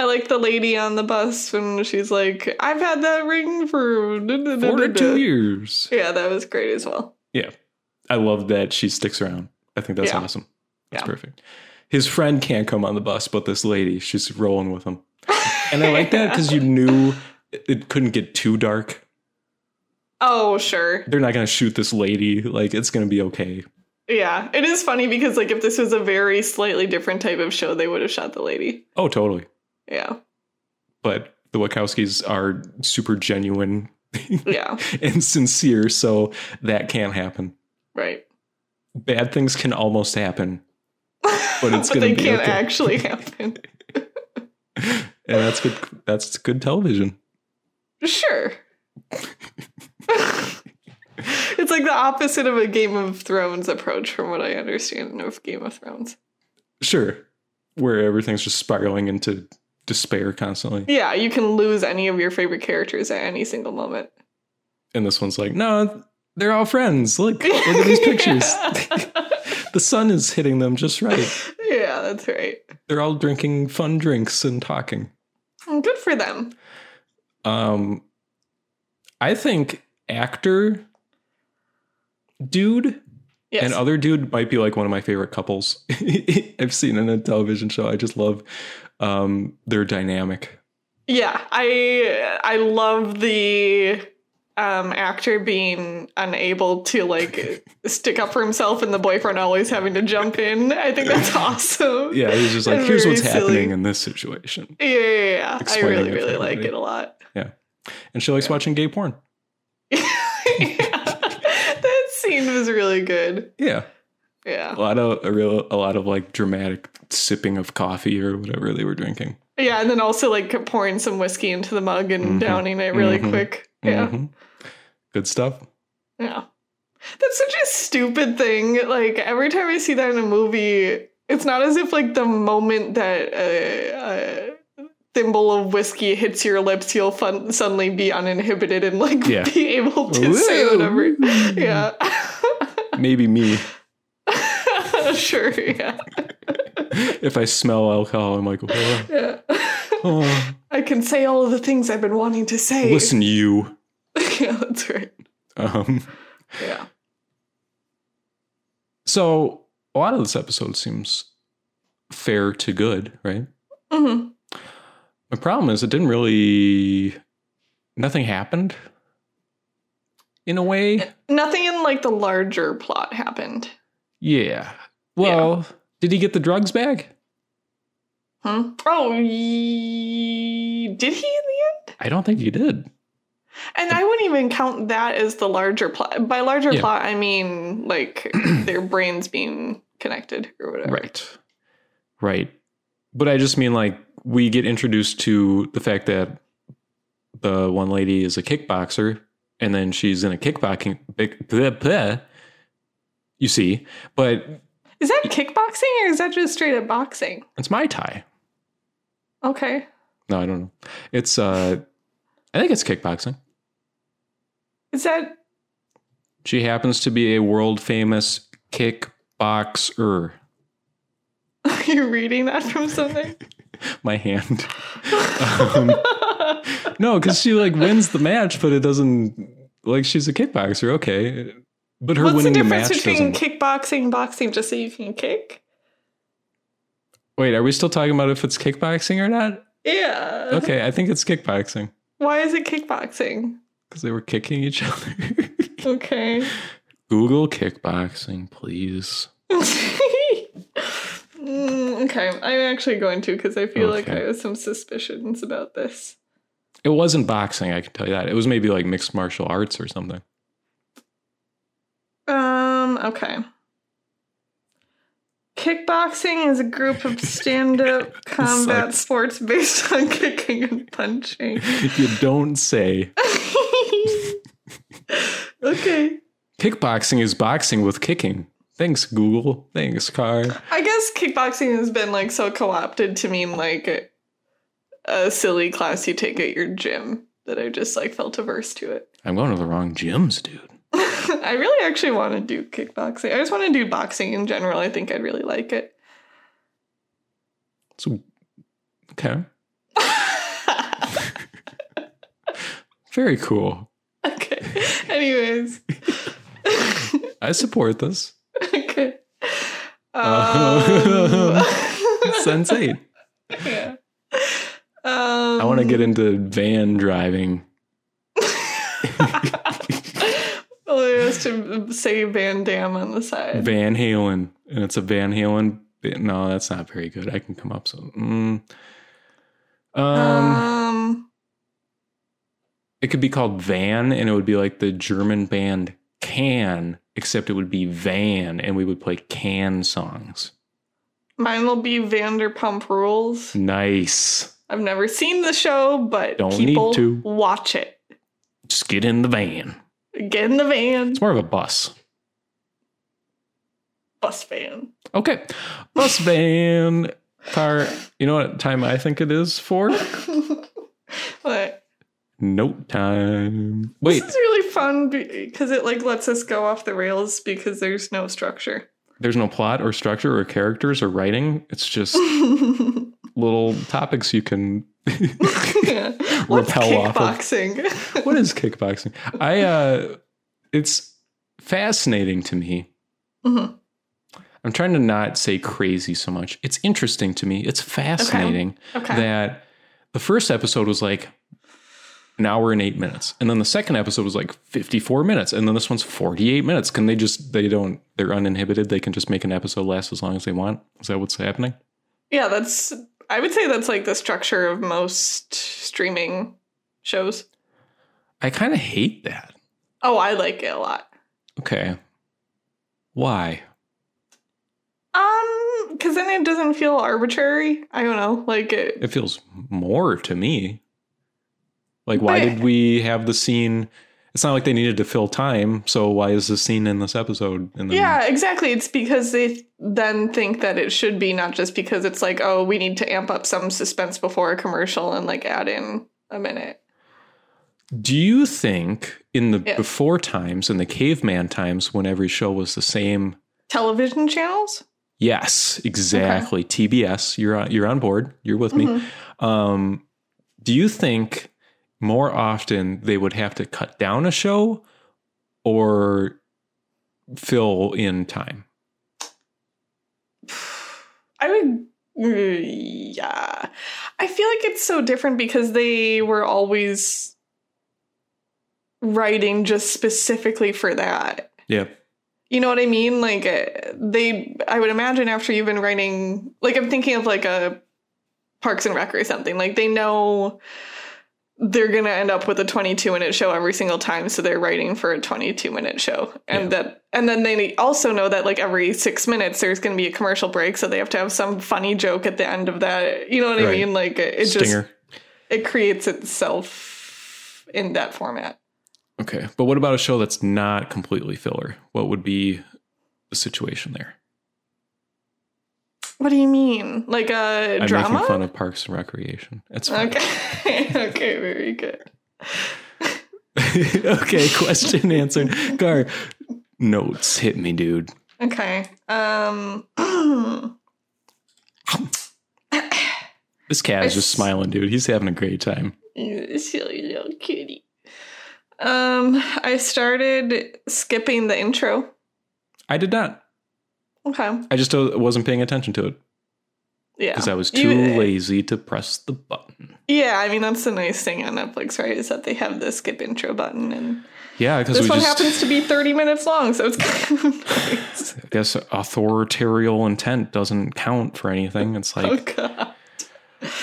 [SPEAKER 2] I like the lady on the bus when she's like, I've had that ring for
[SPEAKER 1] Forty-two years.
[SPEAKER 2] Yeah, that was great as well.
[SPEAKER 1] I love that she sticks around. I think that's
[SPEAKER 2] Yeah.
[SPEAKER 1] awesome. That's
[SPEAKER 2] Yeah.
[SPEAKER 1] perfect. His friend can't come on the bus, but this lady, she's rolling with him. And I like
[SPEAKER 2] [LAUGHS]
[SPEAKER 1] that because you knew it- it couldn't get too dark.
[SPEAKER 2] Oh, sure.
[SPEAKER 1] They're not going to shoot this lady. Like, it's going to be okay.
[SPEAKER 2] Yeah. It is funny because, like, if this was a very slightly different type of show, they would have shot the lady.
[SPEAKER 1] Oh, totally.
[SPEAKER 2] Yeah.
[SPEAKER 1] But the Wachowskis are super genuine [LAUGHS]
[SPEAKER 2] Yeah.
[SPEAKER 1] and sincere, so that can't happen.
[SPEAKER 2] right.
[SPEAKER 1] Bad things can almost happen,
[SPEAKER 2] But [LAUGHS]
[SPEAKER 1] it's gonna
[SPEAKER 2] they
[SPEAKER 1] be
[SPEAKER 2] can't
[SPEAKER 1] okay.
[SPEAKER 2] actually happen.
[SPEAKER 1] and that's good. That's good television.
[SPEAKER 2] Sure.
[SPEAKER 1] [LAUGHS]
[SPEAKER 2] it's like the opposite of a Game of Thrones approach, from what I understand of Game of Thrones.
[SPEAKER 1] Sure. Where everything's just spiraling into despair constantly.
[SPEAKER 2] Yeah, you can lose any of your favorite characters at any single moment.
[SPEAKER 1] And this one's like, no, they're all friends. Look, look at these
[SPEAKER 2] [LAUGHS]
[SPEAKER 1] pictures. [LAUGHS] the sun is hitting them just right.
[SPEAKER 2] yeah, that's right.
[SPEAKER 1] They're all drinking fun drinks and talking.
[SPEAKER 2] Good for them.
[SPEAKER 1] Um I think actor dude
[SPEAKER 2] Yes.
[SPEAKER 1] and other dude might be like one of my favorite couples [LAUGHS] I've seen in a television show. I just love um their dynamic.
[SPEAKER 2] yeah, I I love the um actor being unable to
[SPEAKER 1] [LAUGHS]
[SPEAKER 2] like stick up for himself and the boyfriend always having to jump in. I think
[SPEAKER 1] [LAUGHS]
[SPEAKER 2] that's awesome.
[SPEAKER 1] Yeah, he's just like,
[SPEAKER 2] And
[SPEAKER 1] here's
[SPEAKER 2] very
[SPEAKER 1] what's
[SPEAKER 2] silly.
[SPEAKER 1] happening in this situation.
[SPEAKER 2] Yeah, yeah, yeah, yeah. I
[SPEAKER 1] Explaining
[SPEAKER 2] really,
[SPEAKER 1] it for
[SPEAKER 2] really like
[SPEAKER 1] everybody.
[SPEAKER 2] it a lot. [LAUGHS]
[SPEAKER 1] and she likes watching gay porn.
[SPEAKER 2] that scene was really good.
[SPEAKER 1] Yeah,
[SPEAKER 2] Yeah.
[SPEAKER 1] a lot of a real a lot of like dramatic sipping of coffee or whatever they were drinking.
[SPEAKER 2] Yeah, and then also like pouring some whiskey into the mug
[SPEAKER 1] Mhm.
[SPEAKER 2] and downing it really
[SPEAKER 1] Mhm.
[SPEAKER 2] quick. Yeah.
[SPEAKER 1] Mhm. good stuff.
[SPEAKER 2] Yeah. That's such a stupid thing. Like every time I see that in a movie, it's not as if like the moment that uh, a, a thimble of whiskey hits your lips, you'll fun- suddenly be uninhibited and like
[SPEAKER 1] Yeah.
[SPEAKER 2] be able to say whatever. Yeah. [LAUGHS]
[SPEAKER 1] Maybe me.
[SPEAKER 2] sure. Yeah.
[SPEAKER 1] [LAUGHS] if I smell alcohol, I'm like, oh,
[SPEAKER 2] yeah.
[SPEAKER 1] oh.
[SPEAKER 2] I can say all of the things I've been wanting to say.
[SPEAKER 1] listen, you.
[SPEAKER 2] [LAUGHS] yeah, that's right.
[SPEAKER 1] Um,
[SPEAKER 2] Yeah.
[SPEAKER 1] so a lot of this episode seems fair to good, right?
[SPEAKER 2] hmm
[SPEAKER 1] My problem is it didn't really. Nothing happened. In a way.
[SPEAKER 2] Nothing in like the larger plot happened.
[SPEAKER 1] Yeah. Well, did he get the drugs back?
[SPEAKER 2] Hmm? Oh, ye- did he in the end?
[SPEAKER 1] I don't think he did.
[SPEAKER 2] And I wouldn't even count that as the larger plot. By larger
[SPEAKER 1] Yeah.
[SPEAKER 2] plot, I
[SPEAKER 1] [CLEARS THROAT]
[SPEAKER 2] mean like their brains being connected or whatever.
[SPEAKER 1] Right. Right. But I just mean like we get introduced to the fact that the one lady is a kickboxer and then she's in a kickboxing big- bleh, bleh, you see, but
[SPEAKER 2] Is that kickboxing or is that just straight up boxing?
[SPEAKER 1] it's my tie.
[SPEAKER 2] Okay.
[SPEAKER 1] No, I don't know. It's uh I think it's kickboxing.
[SPEAKER 2] Is that [LAUGHS]
[SPEAKER 1] She happens to be a world famous kickboxer.
[SPEAKER 2] are you reading that from something?
[SPEAKER 1] My hand.
[SPEAKER 2] [LAUGHS]
[SPEAKER 1] Um, no, because she like wins the match, but it doesn't. Like she's a kickboxer, okay, but her
[SPEAKER 2] What's the
[SPEAKER 1] winning the
[SPEAKER 2] difference
[SPEAKER 1] match
[SPEAKER 2] between
[SPEAKER 1] doesn't.
[SPEAKER 2] kickboxing and boxing just so you can kick?
[SPEAKER 1] Wait, are we still talking about if it's kickboxing or not?
[SPEAKER 2] Yeah.
[SPEAKER 1] Okay, I think it's kickboxing
[SPEAKER 2] Why is it kickboxing?
[SPEAKER 1] because they were kicking each [LAUGHS] other.
[SPEAKER 2] Okay.
[SPEAKER 1] Google kickboxing, please.
[SPEAKER 2] Mm, okay, I'm actually going to because I feel like
[SPEAKER 1] Okay.
[SPEAKER 2] I have some suspicions about this.
[SPEAKER 1] It wasn't boxing, I can tell you that. It was maybe like mixed martial arts or something. [LAUGHS]
[SPEAKER 2] Um, okay. Kickboxing is a group of stand
[SPEAKER 1] [LAUGHS]
[SPEAKER 2] up combat
[SPEAKER 1] sucks.
[SPEAKER 2] sports based on kicking and punching. [LAUGHS]
[SPEAKER 1] you don't say.
[SPEAKER 2] okay.
[SPEAKER 1] Kickboxing is boxing with kicking. Thanks, Google. Thanks, Car.
[SPEAKER 2] I guess kickboxing has been like so co opted to mean like a, a silly class you take at your gym that I just like felt averse to it.
[SPEAKER 1] I'm going to the wrong gyms, dude.
[SPEAKER 2] [LAUGHS] I really actually want to do kickboxing. I just want to do boxing in general. I think I'd really like it. [LAUGHS]
[SPEAKER 1] So, okay. Very cool.
[SPEAKER 2] okay. Anyways. [LAUGHS]
[SPEAKER 1] I support this.
[SPEAKER 2] okay. Um, [LAUGHS]
[SPEAKER 1] Uh, Sense 8.
[SPEAKER 2] yeah. Um,
[SPEAKER 1] I want to get into van driving.
[SPEAKER 2] [LAUGHS] Well, it was to say Van Damme on the side.
[SPEAKER 1] Van Halen. And it's a Van Halen. No, that's not very good. I can come up. So, mm. um,
[SPEAKER 2] um,
[SPEAKER 1] it could be called Van, and it would be like the German band Can, except it would be Van, and we would play Can songs.
[SPEAKER 2] mine will be Vanderpump Rules.
[SPEAKER 1] Nice.
[SPEAKER 2] I've never seen the show, but
[SPEAKER 1] Don't need
[SPEAKER 2] people
[SPEAKER 1] to.
[SPEAKER 2] watch it.
[SPEAKER 1] Just get in the van.
[SPEAKER 2] Get in the van,
[SPEAKER 1] It's more of a bus.
[SPEAKER 2] bus van. [LAUGHS]
[SPEAKER 1] Okay. Bus van car. You know what time I think it is for?
[SPEAKER 2] But
[SPEAKER 1] Note time. Wait,
[SPEAKER 2] this is really fun because it like lets us go off the rails because there's no structure. [LAUGHS]
[SPEAKER 1] there's no plot or structure or characters or writing. It's just little topics you can.
[SPEAKER 2] Yeah. What's
[SPEAKER 1] Rappel off of- [LAUGHS]
[SPEAKER 2] kickboxing? [LAUGHS]
[SPEAKER 1] what is kickboxing? I uh it's fascinating to me.
[SPEAKER 2] Mhm.
[SPEAKER 1] I'm trying to not say crazy so much. It's interesting to me. It's fascinating
[SPEAKER 2] Okay.
[SPEAKER 1] that the first episode was like an hour and 8 minutes. And then the second episode was like 54 minutes. And then this one's 48 minutes. Can they just they don't they're uninhibited. They can just make an episode last as long as they want. Is that what's happening?
[SPEAKER 2] yeah, that's. I would say that's like the structure of most streaming shows.
[SPEAKER 1] I kind of hate that.
[SPEAKER 2] Oh, I like it a lot.
[SPEAKER 1] Okay. Why?
[SPEAKER 2] Um, because then it doesn't feel arbitrary. I don't know. Like it,
[SPEAKER 1] It feels more to me. Like, why
[SPEAKER 2] But-
[SPEAKER 1] did we have the scene? It's not like they needed to fill time, so why is the scene in this episode? And then,
[SPEAKER 2] Yeah, exactly. It's because they then think that it should be not just because it's like, oh, we need to amp up some suspense before a commercial and like add in a minute.
[SPEAKER 1] Do you think in the
[SPEAKER 2] Yeah.
[SPEAKER 1] before times, in the caveman times, when every show was the same?
[SPEAKER 2] Television channels?
[SPEAKER 1] Yes, exactly. TBS, you're on, you're on board. You're with me.
[SPEAKER 2] Mhm.
[SPEAKER 1] Um, do you think more often they would have to cut down a show or fill in time?
[SPEAKER 2] I would mm, yeah. I feel like it's so different because they were always writing just specifically for that.
[SPEAKER 1] Yeah.
[SPEAKER 2] You know what I mean? Like uh, they, I would imagine after you've been writing, like I'm thinking of like a Parks and Rec or something. Like they know they're gonna end up with a 22 minute show every single time, so they're writing for a 22 minute show, and that, and then they also know that like every six minutes there's gonna be a commercial break, so they have to have some funny joke at the end of that. You know what I
[SPEAKER 1] Right.
[SPEAKER 2] mean? Like it, it just
[SPEAKER 1] Stinger.
[SPEAKER 2] it creates itself in that format.
[SPEAKER 1] Okay. But what about a show that's not completely filler? What would be the situation there?
[SPEAKER 2] What do you mean? Like a
[SPEAKER 1] I'm
[SPEAKER 2] drama?
[SPEAKER 1] making fun of Parks and Recreation. It's fine.
[SPEAKER 2] [LAUGHS] Okay. okay, very good.
[SPEAKER 1] [LAUGHS] okay, question answered. Gar, notes hit me, dude.
[SPEAKER 2] Okay. Um, [CLEARS THROAT] I
[SPEAKER 1] This cat is just
[SPEAKER 2] It's-
[SPEAKER 1] smiling, dude. He's having a great time.
[SPEAKER 2] silly little kitty. Um, I started skipping the intro.
[SPEAKER 1] I did not.
[SPEAKER 2] Okay.
[SPEAKER 1] I just uh, wasn't paying attention to it
[SPEAKER 2] Yeah.
[SPEAKER 1] because I was
[SPEAKER 2] You- eh,
[SPEAKER 1] too lazy to press the button.
[SPEAKER 2] Yeah, I mean that's the nice thing on Netflix, right? Is that they have the skip intro button, and
[SPEAKER 1] Yeah, because
[SPEAKER 2] this
[SPEAKER 1] we
[SPEAKER 2] one
[SPEAKER 1] just
[SPEAKER 2] happens to be thirty minutes long, so it's [LAUGHS] kind of nice.
[SPEAKER 1] I guess authoritarian intent doesn't count for anything. It's like
[SPEAKER 2] oh god,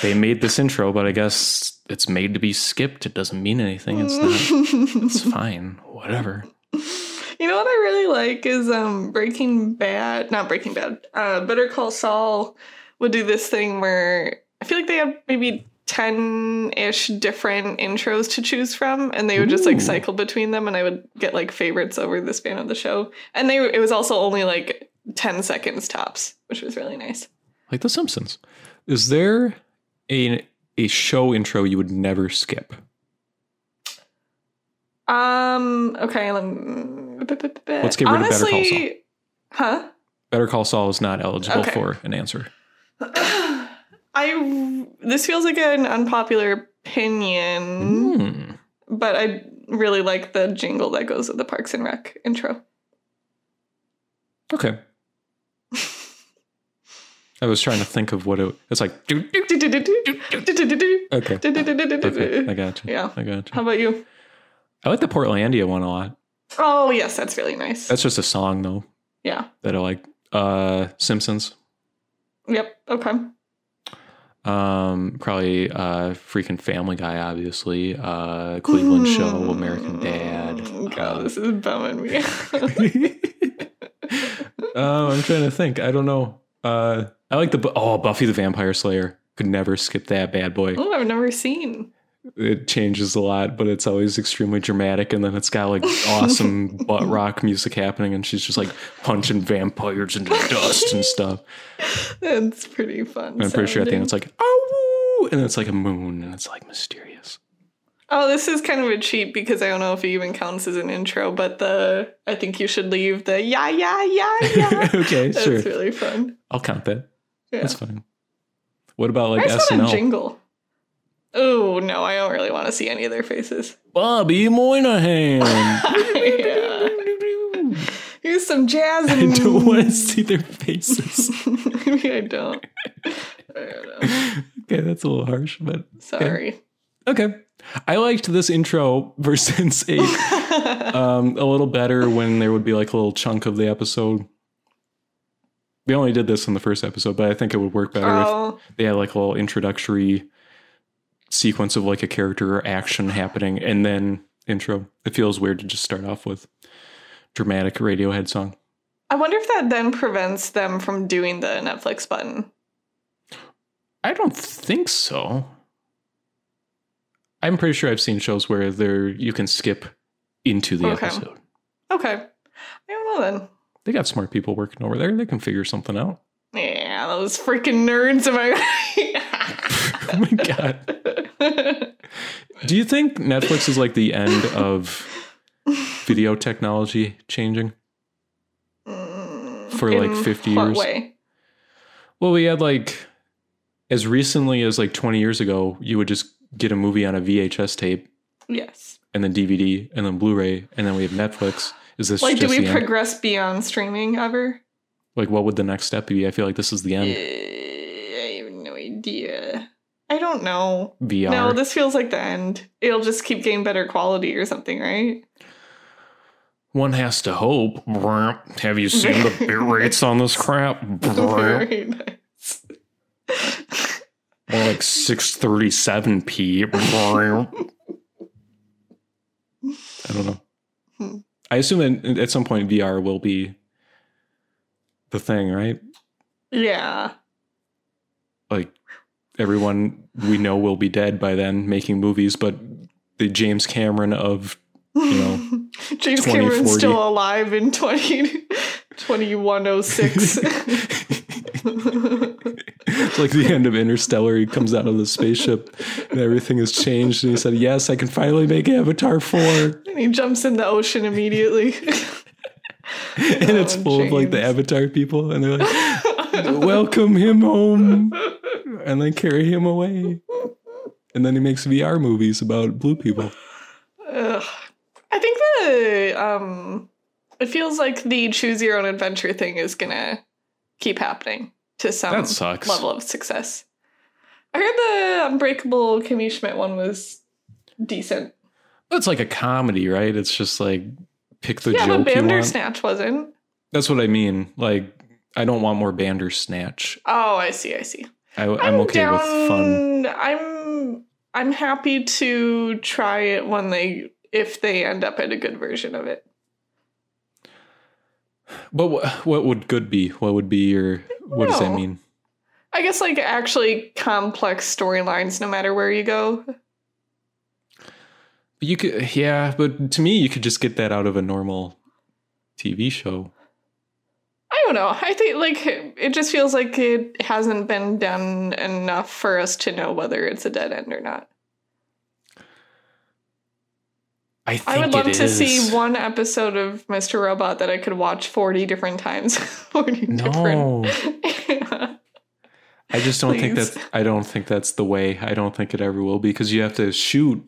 [SPEAKER 1] they made this intro, but I guess it's made to be skipped. It doesn't mean anything. It's
[SPEAKER 2] Mm. [LAUGHS]
[SPEAKER 1] not. It's fine. Whatever.
[SPEAKER 2] you know what I really like is um Breaking Bad, not Breaking Bad, uh, Better Call Saul would do this thing where I feel like they have maybe ten ish different intros to choose from, and they would just
[SPEAKER 1] Ooh.
[SPEAKER 2] like cycle between them, and I would get like favorites over the span of the show, and they it was also only like ten seconds tops, which was really nice.
[SPEAKER 1] Like The Simpsons. Is there a a show intro you would never skip?
[SPEAKER 2] Um. Okay. Let me,
[SPEAKER 1] Let's get rid of Better Call
[SPEAKER 2] Huh?
[SPEAKER 1] Better Call Saul is not eligible
[SPEAKER 2] Okay.
[SPEAKER 1] for an answer.
[SPEAKER 2] I. This feels like an unpopular opinion,
[SPEAKER 1] Hmm.
[SPEAKER 2] but I really like the jingle that goes with the Parks and Rec intro. [LAUGHS]
[SPEAKER 1] Okay. I was trying to think of what it. It's like. doo, doo, Okay. Okay.
[SPEAKER 2] [LAUGHS]
[SPEAKER 1] I got you.
[SPEAKER 2] Yeah.
[SPEAKER 1] I got
[SPEAKER 2] How
[SPEAKER 1] you.
[SPEAKER 2] about you?
[SPEAKER 1] I like the Portlandia one a lot.
[SPEAKER 2] Oh yes, that's really nice.
[SPEAKER 1] That's just a song though
[SPEAKER 2] Yeah.
[SPEAKER 1] that I like. Uh, Simpsons.
[SPEAKER 2] Yep. Okay.
[SPEAKER 1] Um, probably uh, freaking Family Guy, obviously. Uh, Cleveland Show, American Dad.
[SPEAKER 2] Hmm. Mm. God, this is bumming me. [LAUGHS]
[SPEAKER 1] Uh, [LAUGHS] um, I'm trying to think. I don't know. Uh, I like the Bu- oh Buffy the Vampire Slayer. Could never skip that bad boy.
[SPEAKER 2] oh, I've never seen.
[SPEAKER 1] It changes a lot, but it's always extremely dramatic. And then it's got like
[SPEAKER 2] [LAUGHS]
[SPEAKER 1] awesome butt rock music happening, and she's just like punching vampires into
[SPEAKER 2] [LAUGHS]
[SPEAKER 1] the dust and stuff.
[SPEAKER 2] That's pretty fun.
[SPEAKER 1] And I'm pretty sure at the
[SPEAKER 2] sounding.
[SPEAKER 1] end it's like oh, and it's like a moon, and it's like mysterious.
[SPEAKER 2] Oh, this is kind of a cheat because I don't know if it even counts as an intro, but the I think you should leave the yeah yeah yeah yeah.
[SPEAKER 1] okay, [LAUGHS]
[SPEAKER 2] That's
[SPEAKER 1] sure.
[SPEAKER 2] really fun.
[SPEAKER 1] I'll count that.
[SPEAKER 2] Yeah.
[SPEAKER 1] That's fine. What about like
[SPEAKER 2] I just want a
[SPEAKER 1] SNL?
[SPEAKER 2] jingle. Oh no, I don't really want to see any of their faces.
[SPEAKER 1] Bobby
[SPEAKER 2] [LAUGHS]
[SPEAKER 1] Moynihan. [LAUGHS]
[SPEAKER 2] yeah. Here's some jazz.
[SPEAKER 1] I
[SPEAKER 2] And...
[SPEAKER 1] don't want
[SPEAKER 2] [LAUGHS]
[SPEAKER 1] to see their faces. [LAUGHS]
[SPEAKER 2] Maybe I don't. I don't know.
[SPEAKER 1] okay, that's a little harsh, but
[SPEAKER 2] Sorry. [LAUGHS]
[SPEAKER 1] okay. I liked this intro [LAUGHS] for Sense 8 um, a little better when there would be like a little chunk of the episode. We only did this in the first episode, but I think it would work better
[SPEAKER 2] Oh,
[SPEAKER 1] if they had like a little introductory sequence of like a character or action happening and then intro. It feels weird to just start off with dramatic Radiohead song.
[SPEAKER 2] I wonder if that then prevents them from doing the Netflix button.
[SPEAKER 1] I don't think so. I'm pretty sure I've seen shows where there you can skip into the
[SPEAKER 2] Okay.
[SPEAKER 1] episode.
[SPEAKER 2] Okay. I don't know then.
[SPEAKER 1] They got smart people working over there. They can figure something out. [LAUGHS]
[SPEAKER 2] Yeah, those freaking nerds, am I [LAUGHS] right? [LAUGHS]
[SPEAKER 1] oh my god. Do you think Netflix is like the end of video technology changing?
[SPEAKER 2] [LAUGHS]
[SPEAKER 1] For, like, 50
[SPEAKER 2] what
[SPEAKER 1] years?
[SPEAKER 2] Way?
[SPEAKER 1] Well, we had like as recently as like 20 years ago, you would just get a movie on a VHS tape
[SPEAKER 2] Yes.
[SPEAKER 1] and then DVD and then Blu-ray and then we have Netflix. Is this
[SPEAKER 2] Like, do
[SPEAKER 1] just
[SPEAKER 2] we
[SPEAKER 1] the end?
[SPEAKER 2] progress beyond streaming ever?
[SPEAKER 1] like what would the next step be? I feel like this is the
[SPEAKER 2] Uh,
[SPEAKER 1] end.
[SPEAKER 2] Eh, I have no idea. I don't know.
[SPEAKER 1] VR.
[SPEAKER 2] No, this feels like the end. It'll just keep getting better quality or
[SPEAKER 1] [LAUGHS]
[SPEAKER 2] something, right?
[SPEAKER 1] One has to hope. Brrrp. Have you seen
[SPEAKER 2] [LAUGHS]
[SPEAKER 1] the bit rates on this crap? Brrrp.
[SPEAKER 2] Very nice.
[SPEAKER 1] More like 637p. Brrrp. I don't
[SPEAKER 2] Hmm.
[SPEAKER 1] know. I assume that at some point VR will be the thing, right?
[SPEAKER 2] yeah.
[SPEAKER 1] Like everyone we know will be dead by then making movies, but the James Cameron of know, [LAUGHS]
[SPEAKER 2] James Cameron's
[SPEAKER 1] 2040.
[SPEAKER 2] still alive in
[SPEAKER 1] [LAUGHS]
[SPEAKER 2] [LAUGHS] 20, 2106.
[SPEAKER 1] It's like the end of Interstellar. He comes out of the spaceship and everything has changed. And he said, Yes, I can finally make Avatar 4. And
[SPEAKER 2] And he jumps in the ocean immediately. [LAUGHS]
[SPEAKER 1] it's
[SPEAKER 2] Oh,
[SPEAKER 1] full of like the
[SPEAKER 2] James.
[SPEAKER 1] Avatar people. And they're like, Welcome him home. And they carry him away. And then he makes VR movies about blue people.
[SPEAKER 2] Ugh. I think the um, it feels like the choose your own adventure thing is gonna keep happening to some
[SPEAKER 1] That sucks.
[SPEAKER 2] level of success. I heard the Unbreakable Kimmy Schmidt one was decent.
[SPEAKER 1] That's like a comedy, right? It's just like pick the
[SPEAKER 2] yeah,
[SPEAKER 1] joke
[SPEAKER 2] but
[SPEAKER 1] you want.
[SPEAKER 2] Bandersnatch wasn't.
[SPEAKER 1] That's what I mean. Like, I don't want more Bandersnatch.
[SPEAKER 2] Oh, I see. I see.
[SPEAKER 1] I, I'm okay with fun.
[SPEAKER 2] I'm I'm happy to try it when they if they end up at a good version of it.
[SPEAKER 1] But what, what would good be? What would be your? What does that
[SPEAKER 2] No.
[SPEAKER 1] mean?
[SPEAKER 2] I guess like actually complex storylines, no matter where you go.
[SPEAKER 1] But you could, yeah. But to me, you could just get that out of a normal TV show.
[SPEAKER 2] I don't know. I think like it just feels like it hasn't been done enough for us to know whether it's a dead end or not.
[SPEAKER 1] I think
[SPEAKER 2] I would love
[SPEAKER 1] it
[SPEAKER 2] to see
[SPEAKER 1] is.
[SPEAKER 2] one episode of Mr. Robot that I could watch forty different times. [LAUGHS] forty different.
[SPEAKER 1] No, [LAUGHS] I just don't think
[SPEAKER 2] Please.
[SPEAKER 1] that's. I don't think that's the way. I don't think it ever will be because you have to shoot.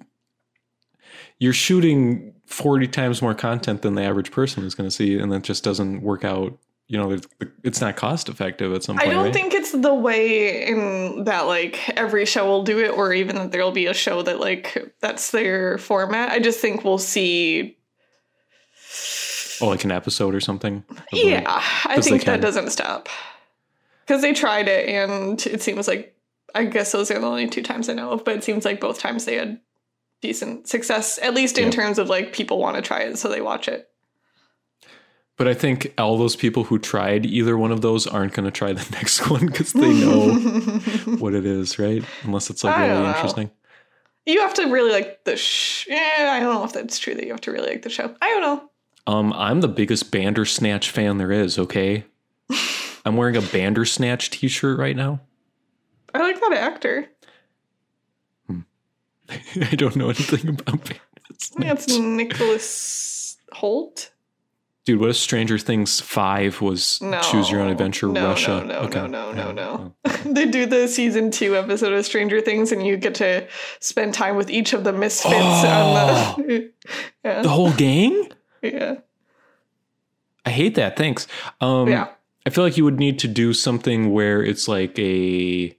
[SPEAKER 1] You're shooting forty times more content than the average person is going to see, and that just doesn't work out. You know, there's- it's not cost effective at some
[SPEAKER 2] I
[SPEAKER 1] point.
[SPEAKER 2] don't
[SPEAKER 1] right?
[SPEAKER 2] think it's the way in that like every show will do it, or even that there'll be a show that like that's their format. I just think we'll see.
[SPEAKER 1] Oh, like an episode or something. of, like,
[SPEAKER 2] Yeah, I
[SPEAKER 1] Best they
[SPEAKER 2] think
[SPEAKER 1] can.
[SPEAKER 2] that doesn't stop because they tried it, and it seems like I guess those are the only two times I know of, but it seems like both times they had decent success, at least in
[SPEAKER 1] Yeah.
[SPEAKER 2] terms of like people want to try it, so they watch it.
[SPEAKER 1] But I think all those people who tried either one of those aren't going to try the [LAUGHS] next one because they
[SPEAKER 2] [LAUGHS]
[SPEAKER 1] know what it is, right? Unless it's like
[SPEAKER 2] I don't
[SPEAKER 1] really
[SPEAKER 2] know.
[SPEAKER 1] interesting.
[SPEAKER 2] you have to really like the. Sh- yeah, I don't know if that's true that you have to really like the show. I don't know.
[SPEAKER 1] Um, I'm the biggest Bandersnatch fan there is.
[SPEAKER 2] [LAUGHS]
[SPEAKER 1] Okay, I'm wearing a Bandersnatch T-shirt right now. [LAUGHS]
[SPEAKER 2] I like that actor.
[SPEAKER 1] I don't know anything about
[SPEAKER 2] I think that's
[SPEAKER 1] Bandersnatch.
[SPEAKER 2] Nicholas Holt.
[SPEAKER 1] Dude, what if Stranger Things Five was
[SPEAKER 2] No.
[SPEAKER 1] Choose Your Own Adventure
[SPEAKER 2] No, no,
[SPEAKER 1] Russia?
[SPEAKER 2] no, no, no, no,
[SPEAKER 1] Yeah.
[SPEAKER 2] no. [LAUGHS] they do the season two episode of Stranger Things, and you get to spend time with each of the misfits.
[SPEAKER 1] Oh.
[SPEAKER 2] On the, [LAUGHS] yeah,
[SPEAKER 1] The whole gang?
[SPEAKER 2] yeah,
[SPEAKER 1] I hate that. Thanks. Um,
[SPEAKER 2] yeah.
[SPEAKER 1] I feel like you would need to do something where it's like a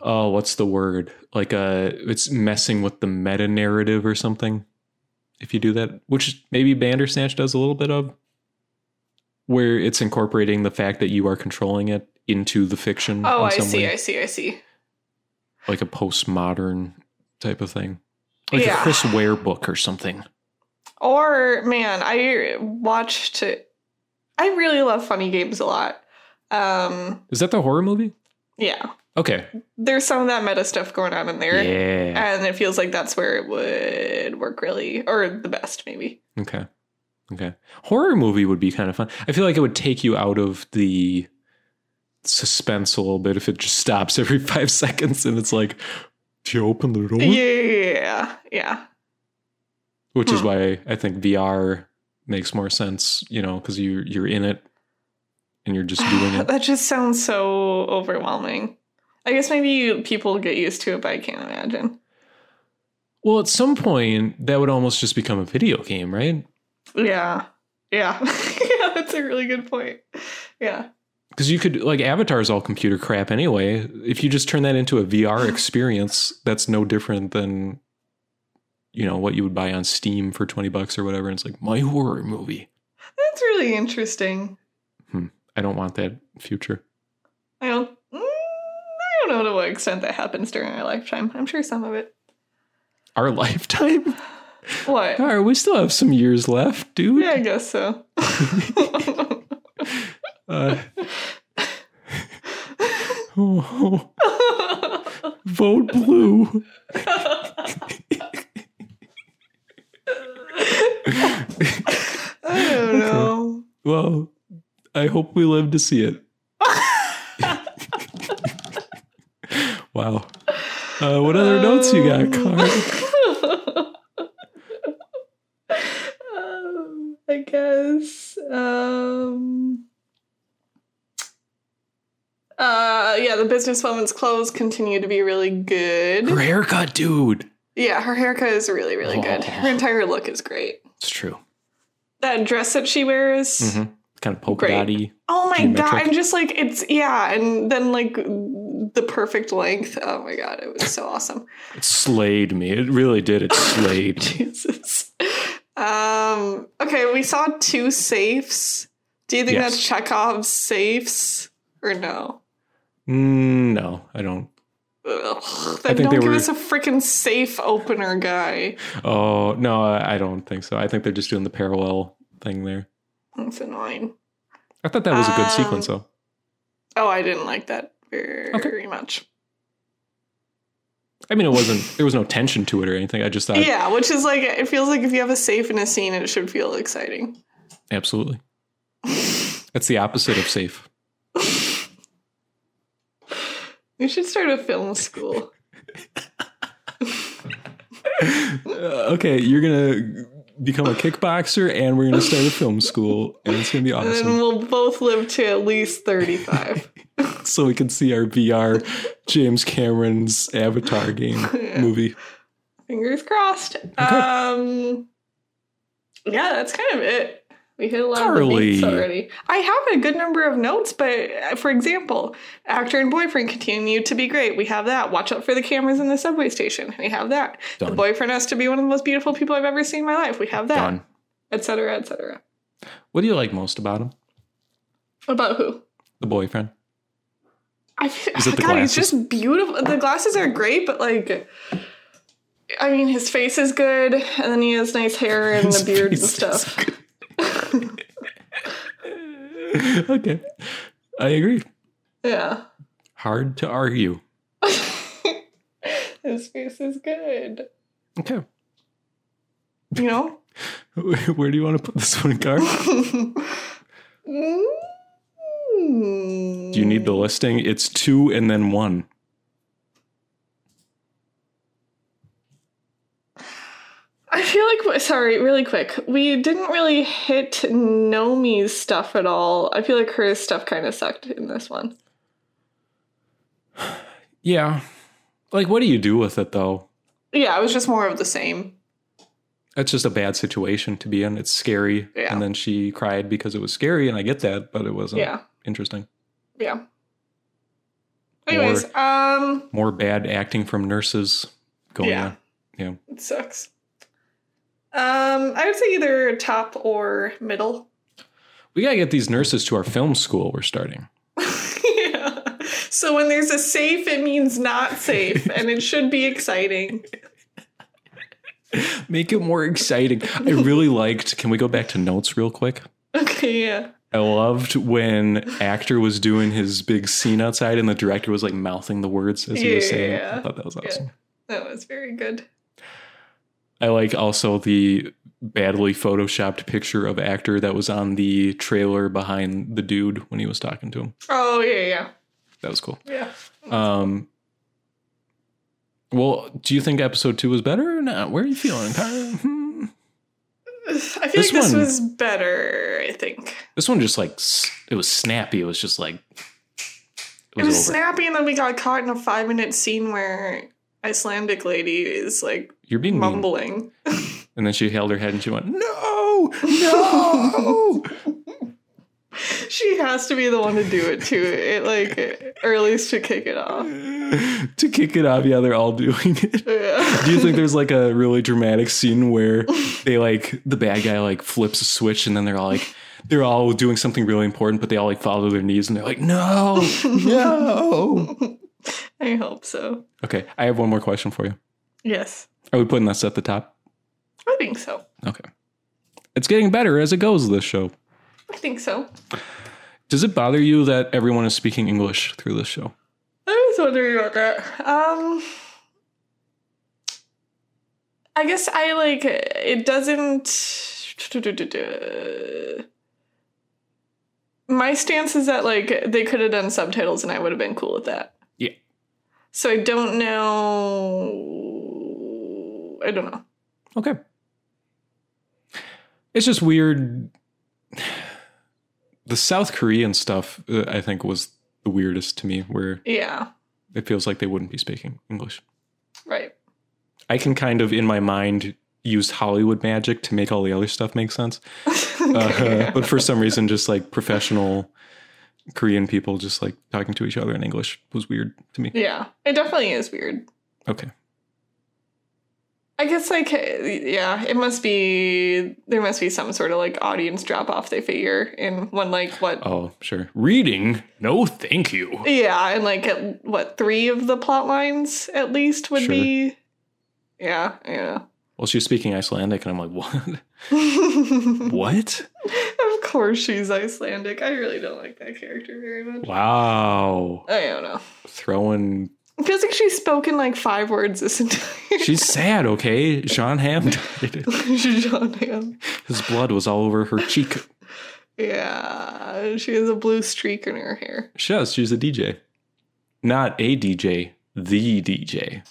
[SPEAKER 1] oh, what's the word? Like a it's messing with the meta narrative or something. If you do that, which maybe Bandersnatch does a little bit of, where it's incorporating the fact that you are controlling it into the fiction.
[SPEAKER 2] Oh,
[SPEAKER 1] in
[SPEAKER 2] I
[SPEAKER 1] some
[SPEAKER 2] see,
[SPEAKER 1] way.
[SPEAKER 2] I see, I see.
[SPEAKER 1] Like a postmodern type of thing, like a
[SPEAKER 2] Yeah.
[SPEAKER 1] Chris Ware book or something.
[SPEAKER 2] Or man, I watched. I really love funny games a lot. Um,
[SPEAKER 1] Is that the horror movie?
[SPEAKER 2] yeah,
[SPEAKER 1] Okay,
[SPEAKER 2] there's some of that meta stuff going on in there,
[SPEAKER 1] yeah,
[SPEAKER 2] and it feels like that's where it would work really, or the best maybe.
[SPEAKER 1] Okay. Okay. Horror movie would be kind of fun. I feel like it would take you out of the suspense a little bit if it just stops every [LAUGHS] five seconds and it's like, do you open the door?
[SPEAKER 2] Yeah, yeah.
[SPEAKER 1] Which is
[SPEAKER 2] Hmm.
[SPEAKER 1] why I think VR makes more sense, you know, because you you're in it and you're just doing it.
[SPEAKER 2] [LAUGHS] that just sounds so overwhelming. I guess maybe you, people get used to it, but I can't imagine.
[SPEAKER 1] Well, at some point that would almost just become a video game, right?
[SPEAKER 2] Yeah, yeah, [LAUGHS] yeah. That's a really good point. Yeah,
[SPEAKER 1] Because you could like avatars all computer crap anyway. If you just turn that into a VR experience, that's no different than you know what you would buy on Steam for twenty bucks or whatever. And it's like my horror movie.
[SPEAKER 2] that's really interesting.
[SPEAKER 1] I don't want that future.
[SPEAKER 2] I don't. Mm, I don't know to what extent that happens during our lifetime. I'm sure some of it.
[SPEAKER 1] Our [LAUGHS] lifetime. [LAUGHS]
[SPEAKER 2] What?
[SPEAKER 1] All right, we still have some years left, dude.
[SPEAKER 2] Yeah, I
[SPEAKER 1] [LAUGHS]
[SPEAKER 2] guess so. [LAUGHS]
[SPEAKER 1] Uh, [LAUGHS] oh, vote blue.
[SPEAKER 2] I don't know.
[SPEAKER 1] [LAUGHS] Well, I hope we live to see it. Wow. Uh, what other notes you got, Clark?
[SPEAKER 2] [LAUGHS] um, I guess. Um, uh, yeah, the businesswoman's clothes continue to be really good.
[SPEAKER 1] Her haircut, dude.
[SPEAKER 2] Yeah, her haircut is really, really good. Her
[SPEAKER 1] Oh.
[SPEAKER 2] entire look is great.
[SPEAKER 1] It's true.
[SPEAKER 2] That dress that she wears.
[SPEAKER 1] Mm-hmm. Kind of polka
[SPEAKER 2] Great.
[SPEAKER 1] dotty.
[SPEAKER 2] Oh my god!
[SPEAKER 1] Geometric.
[SPEAKER 2] I'm just like it's yeah, and then like the perfect length. Oh my god, it was so awesome.
[SPEAKER 1] It slayed me. It really did. It slayed. [LAUGHS] me.
[SPEAKER 2] Jesus. Um. Okay, we saw two safes. Do you think
[SPEAKER 1] Yes.
[SPEAKER 2] that's Chekhov's safes or no?
[SPEAKER 1] Mm, no, I don't.
[SPEAKER 2] Ugh,
[SPEAKER 1] I
[SPEAKER 2] then
[SPEAKER 1] think
[SPEAKER 2] don't
[SPEAKER 1] they
[SPEAKER 2] give
[SPEAKER 1] were-
[SPEAKER 2] us a freaking safe opener guy.
[SPEAKER 1] Oh no, I I don't think so. I think they're just doing the parallel thing there.
[SPEAKER 2] That's annoying.
[SPEAKER 1] I thought that was a good
[SPEAKER 2] Um,
[SPEAKER 1] sequence, though.
[SPEAKER 2] Oh, I didn't like that very
[SPEAKER 1] Okay.
[SPEAKER 2] much.
[SPEAKER 1] I mean, it wasn't. There was no tension to it or anything. I just thought,
[SPEAKER 2] yeah, which is like it feels like if you have a safe in a scene, it should feel exciting.
[SPEAKER 1] absolutely. That's the opposite of safe.
[SPEAKER 2] We should start a film school.
[SPEAKER 1] Uh, okay, you're gonna become a kickboxer, and we're gonna start a film school, and it's gonna be
[SPEAKER 2] And then
[SPEAKER 1] awesome.
[SPEAKER 2] we'll both live to at least
[SPEAKER 1] [LAUGHS]
[SPEAKER 2] 35.
[SPEAKER 1] So we can see our VR James Cameron's Avatar game
[SPEAKER 2] Yeah.
[SPEAKER 1] movie.
[SPEAKER 2] Fingers
[SPEAKER 1] [LAUGHS]
[SPEAKER 2] crossed. Um, yeah, that's kind of it. We hit a lot of the
[SPEAKER 1] Carly.
[SPEAKER 2] beats already. I have a good number of notes, but uh, for example, actor and boyfriend continue to be great. We have that. Watch out for the cameras in the subway station. We have that. The
[SPEAKER 1] Done.
[SPEAKER 2] boyfriend has to be one of the most beautiful people I've ever seen in my life. We have that.
[SPEAKER 1] Done.
[SPEAKER 2] Et cetera, et cetera.
[SPEAKER 1] What do you like most about him?
[SPEAKER 2] About who?
[SPEAKER 1] The boyfriend.
[SPEAKER 2] I feel,
[SPEAKER 1] Is it the
[SPEAKER 2] [LAUGHS] God, he's
[SPEAKER 1] glasses?
[SPEAKER 2] just beautiful. The glasses are great, but like, I mean, his face is good, and then he has nice hair [LAUGHS] and
[SPEAKER 1] His
[SPEAKER 2] the
[SPEAKER 1] [LAUGHS]
[SPEAKER 2] beard and
[SPEAKER 1] face is
[SPEAKER 2] stuff.
[SPEAKER 1] okay, I agree.
[SPEAKER 2] Yeah,
[SPEAKER 1] Hard to argue.
[SPEAKER 2] [LAUGHS] his face is good.
[SPEAKER 1] Okay, [LAUGHS]
[SPEAKER 2] You know, [LAUGHS]
[SPEAKER 1] where do you want to put this one, Gar?
[SPEAKER 2] Mm.
[SPEAKER 1] Do you need the listing? It's two and then one.
[SPEAKER 2] I feel like we- sorry, really quick. We didn't really hit Nomi's stuff at all. I feel like her stuff kind of sucked in this one.
[SPEAKER 1] Yeah. Like, what do you do with it though?
[SPEAKER 2] Yeah, it was just more of the same.
[SPEAKER 1] That's just a bad situation to be in. It's scary.
[SPEAKER 2] Yeah.
[SPEAKER 1] And then she cried because it was scary, and I get that, but it wasn't
[SPEAKER 2] Yeah,
[SPEAKER 1] interesting.
[SPEAKER 2] yeah. Anyways, um,
[SPEAKER 1] More bad acting from nurses going
[SPEAKER 2] Yeah.
[SPEAKER 1] on. Yeah.
[SPEAKER 2] it sucks. Um, I would say either top or middle.
[SPEAKER 1] We gotta get these nurses to our film school we're starting.
[SPEAKER 2] [LAUGHS] yeah. So when there's a safe, it means not
[SPEAKER 1] [LAUGHS]
[SPEAKER 2] safe, and it should be exciting.
[SPEAKER 1] Make it more exciting.
[SPEAKER 2] [LAUGHS]
[SPEAKER 1] I really liked can we go back to notes real quick?
[SPEAKER 2] Okay, yeah.
[SPEAKER 1] I loved when actor was doing his big scene outside and the director was like mouthing the words as he was saying. it. I
[SPEAKER 2] Yeah.
[SPEAKER 1] thought that was
[SPEAKER 2] Yeah.
[SPEAKER 1] awesome.
[SPEAKER 2] That was very good.
[SPEAKER 1] I like also the badly photoshopped picture of actor that was on the trailer behind the dude when he was talking to him.
[SPEAKER 2] Oh yeah, yeah,
[SPEAKER 1] That was cool.
[SPEAKER 2] yeah. [SIGHS]
[SPEAKER 1] Um, well, do you think episode two was better or not? Where are you feeling? Kinda, hmm.
[SPEAKER 2] I feel
[SPEAKER 1] This
[SPEAKER 2] like this
[SPEAKER 1] one-
[SPEAKER 2] was better. I think
[SPEAKER 1] This one just like s- it was snappy. It was just like it
[SPEAKER 2] it
[SPEAKER 1] was,
[SPEAKER 2] was
[SPEAKER 1] over.
[SPEAKER 2] snappy, and then we got caught in a five-minute scene where Icelandic lady is like
[SPEAKER 1] You're being mean.
[SPEAKER 2] mumbling.
[SPEAKER 1] And then she held her head and she went,
[SPEAKER 2] [LAUGHS]
[SPEAKER 1] "No, no." [LAUGHS]
[SPEAKER 2] She has to be the one to do it too. It like, or at least to kick it off.
[SPEAKER 1] to kick it off, yeah, they're all doing it.
[SPEAKER 2] Yeah.
[SPEAKER 1] Do you think there's like a really dramatic scene where they like the bad guy like flips a switch and then they're all like they're all doing something really important, but they all like fall to their knees and they're like, [LAUGHS] no, no.
[SPEAKER 2] [LAUGHS] I hope so.
[SPEAKER 1] Okay, I have one more question for you.
[SPEAKER 2] Yes,
[SPEAKER 1] Are we putting this at the top?
[SPEAKER 2] I think so.
[SPEAKER 1] Okay. It's getting better as it goes, this show.
[SPEAKER 2] I think so.
[SPEAKER 1] Does it bother you that everyone is speaking English through this show?
[SPEAKER 2] I was wondering about that. Um, I guess I like it doesn't. My stance is that like they could have done subtitles and I would have been cool with that.
[SPEAKER 1] Yeah.
[SPEAKER 2] So I don't know. I don't know.
[SPEAKER 1] Okay. It's just weird. [SIGHS] The South Korean stuff, uh, I think, was the weirdest to me, where
[SPEAKER 2] Yeah,
[SPEAKER 1] it feels like they wouldn't be speaking English.
[SPEAKER 2] right. [LAUGHS]
[SPEAKER 1] I can kind of, in my mind, use Hollywood magic to make all the other stuff make sense. Uh, but for some reason, just like professional Korean people just like talking to each other in English was weird to me.
[SPEAKER 2] [LAUGHS] yeah, it definitely is weird.
[SPEAKER 1] Okay.
[SPEAKER 2] I guess like eh, yeah, it must be there must be some sort of like audience drop off they figure in one like what
[SPEAKER 1] Oh, sure. Reading? No, thank you.
[SPEAKER 2] yeah, and like at what three of the plot lines at least would
[SPEAKER 1] Sure.
[SPEAKER 2] be yeah,
[SPEAKER 1] [LAUGHS]
[SPEAKER 2] yeah.
[SPEAKER 1] Well, she was speaking Icelandic, and I'm like, what? [LAUGHS]
[SPEAKER 2] of
[SPEAKER 1] what?
[SPEAKER 2] course she's Icelandic. I really don't like that character very much.
[SPEAKER 1] Wow.
[SPEAKER 2] I don't know.
[SPEAKER 1] Throwing.
[SPEAKER 2] It feels like she's spoken like five words this entire
[SPEAKER 1] She's sad, okay? Sean [LAUGHS] Ham died.
[SPEAKER 2] she's [LAUGHS] John Hamm.
[SPEAKER 1] His blood was all over her cheek.
[SPEAKER 2] Yeah. She has a blue streak in her hair.
[SPEAKER 1] She does. She's a DJ. Not a DJ, the DJ.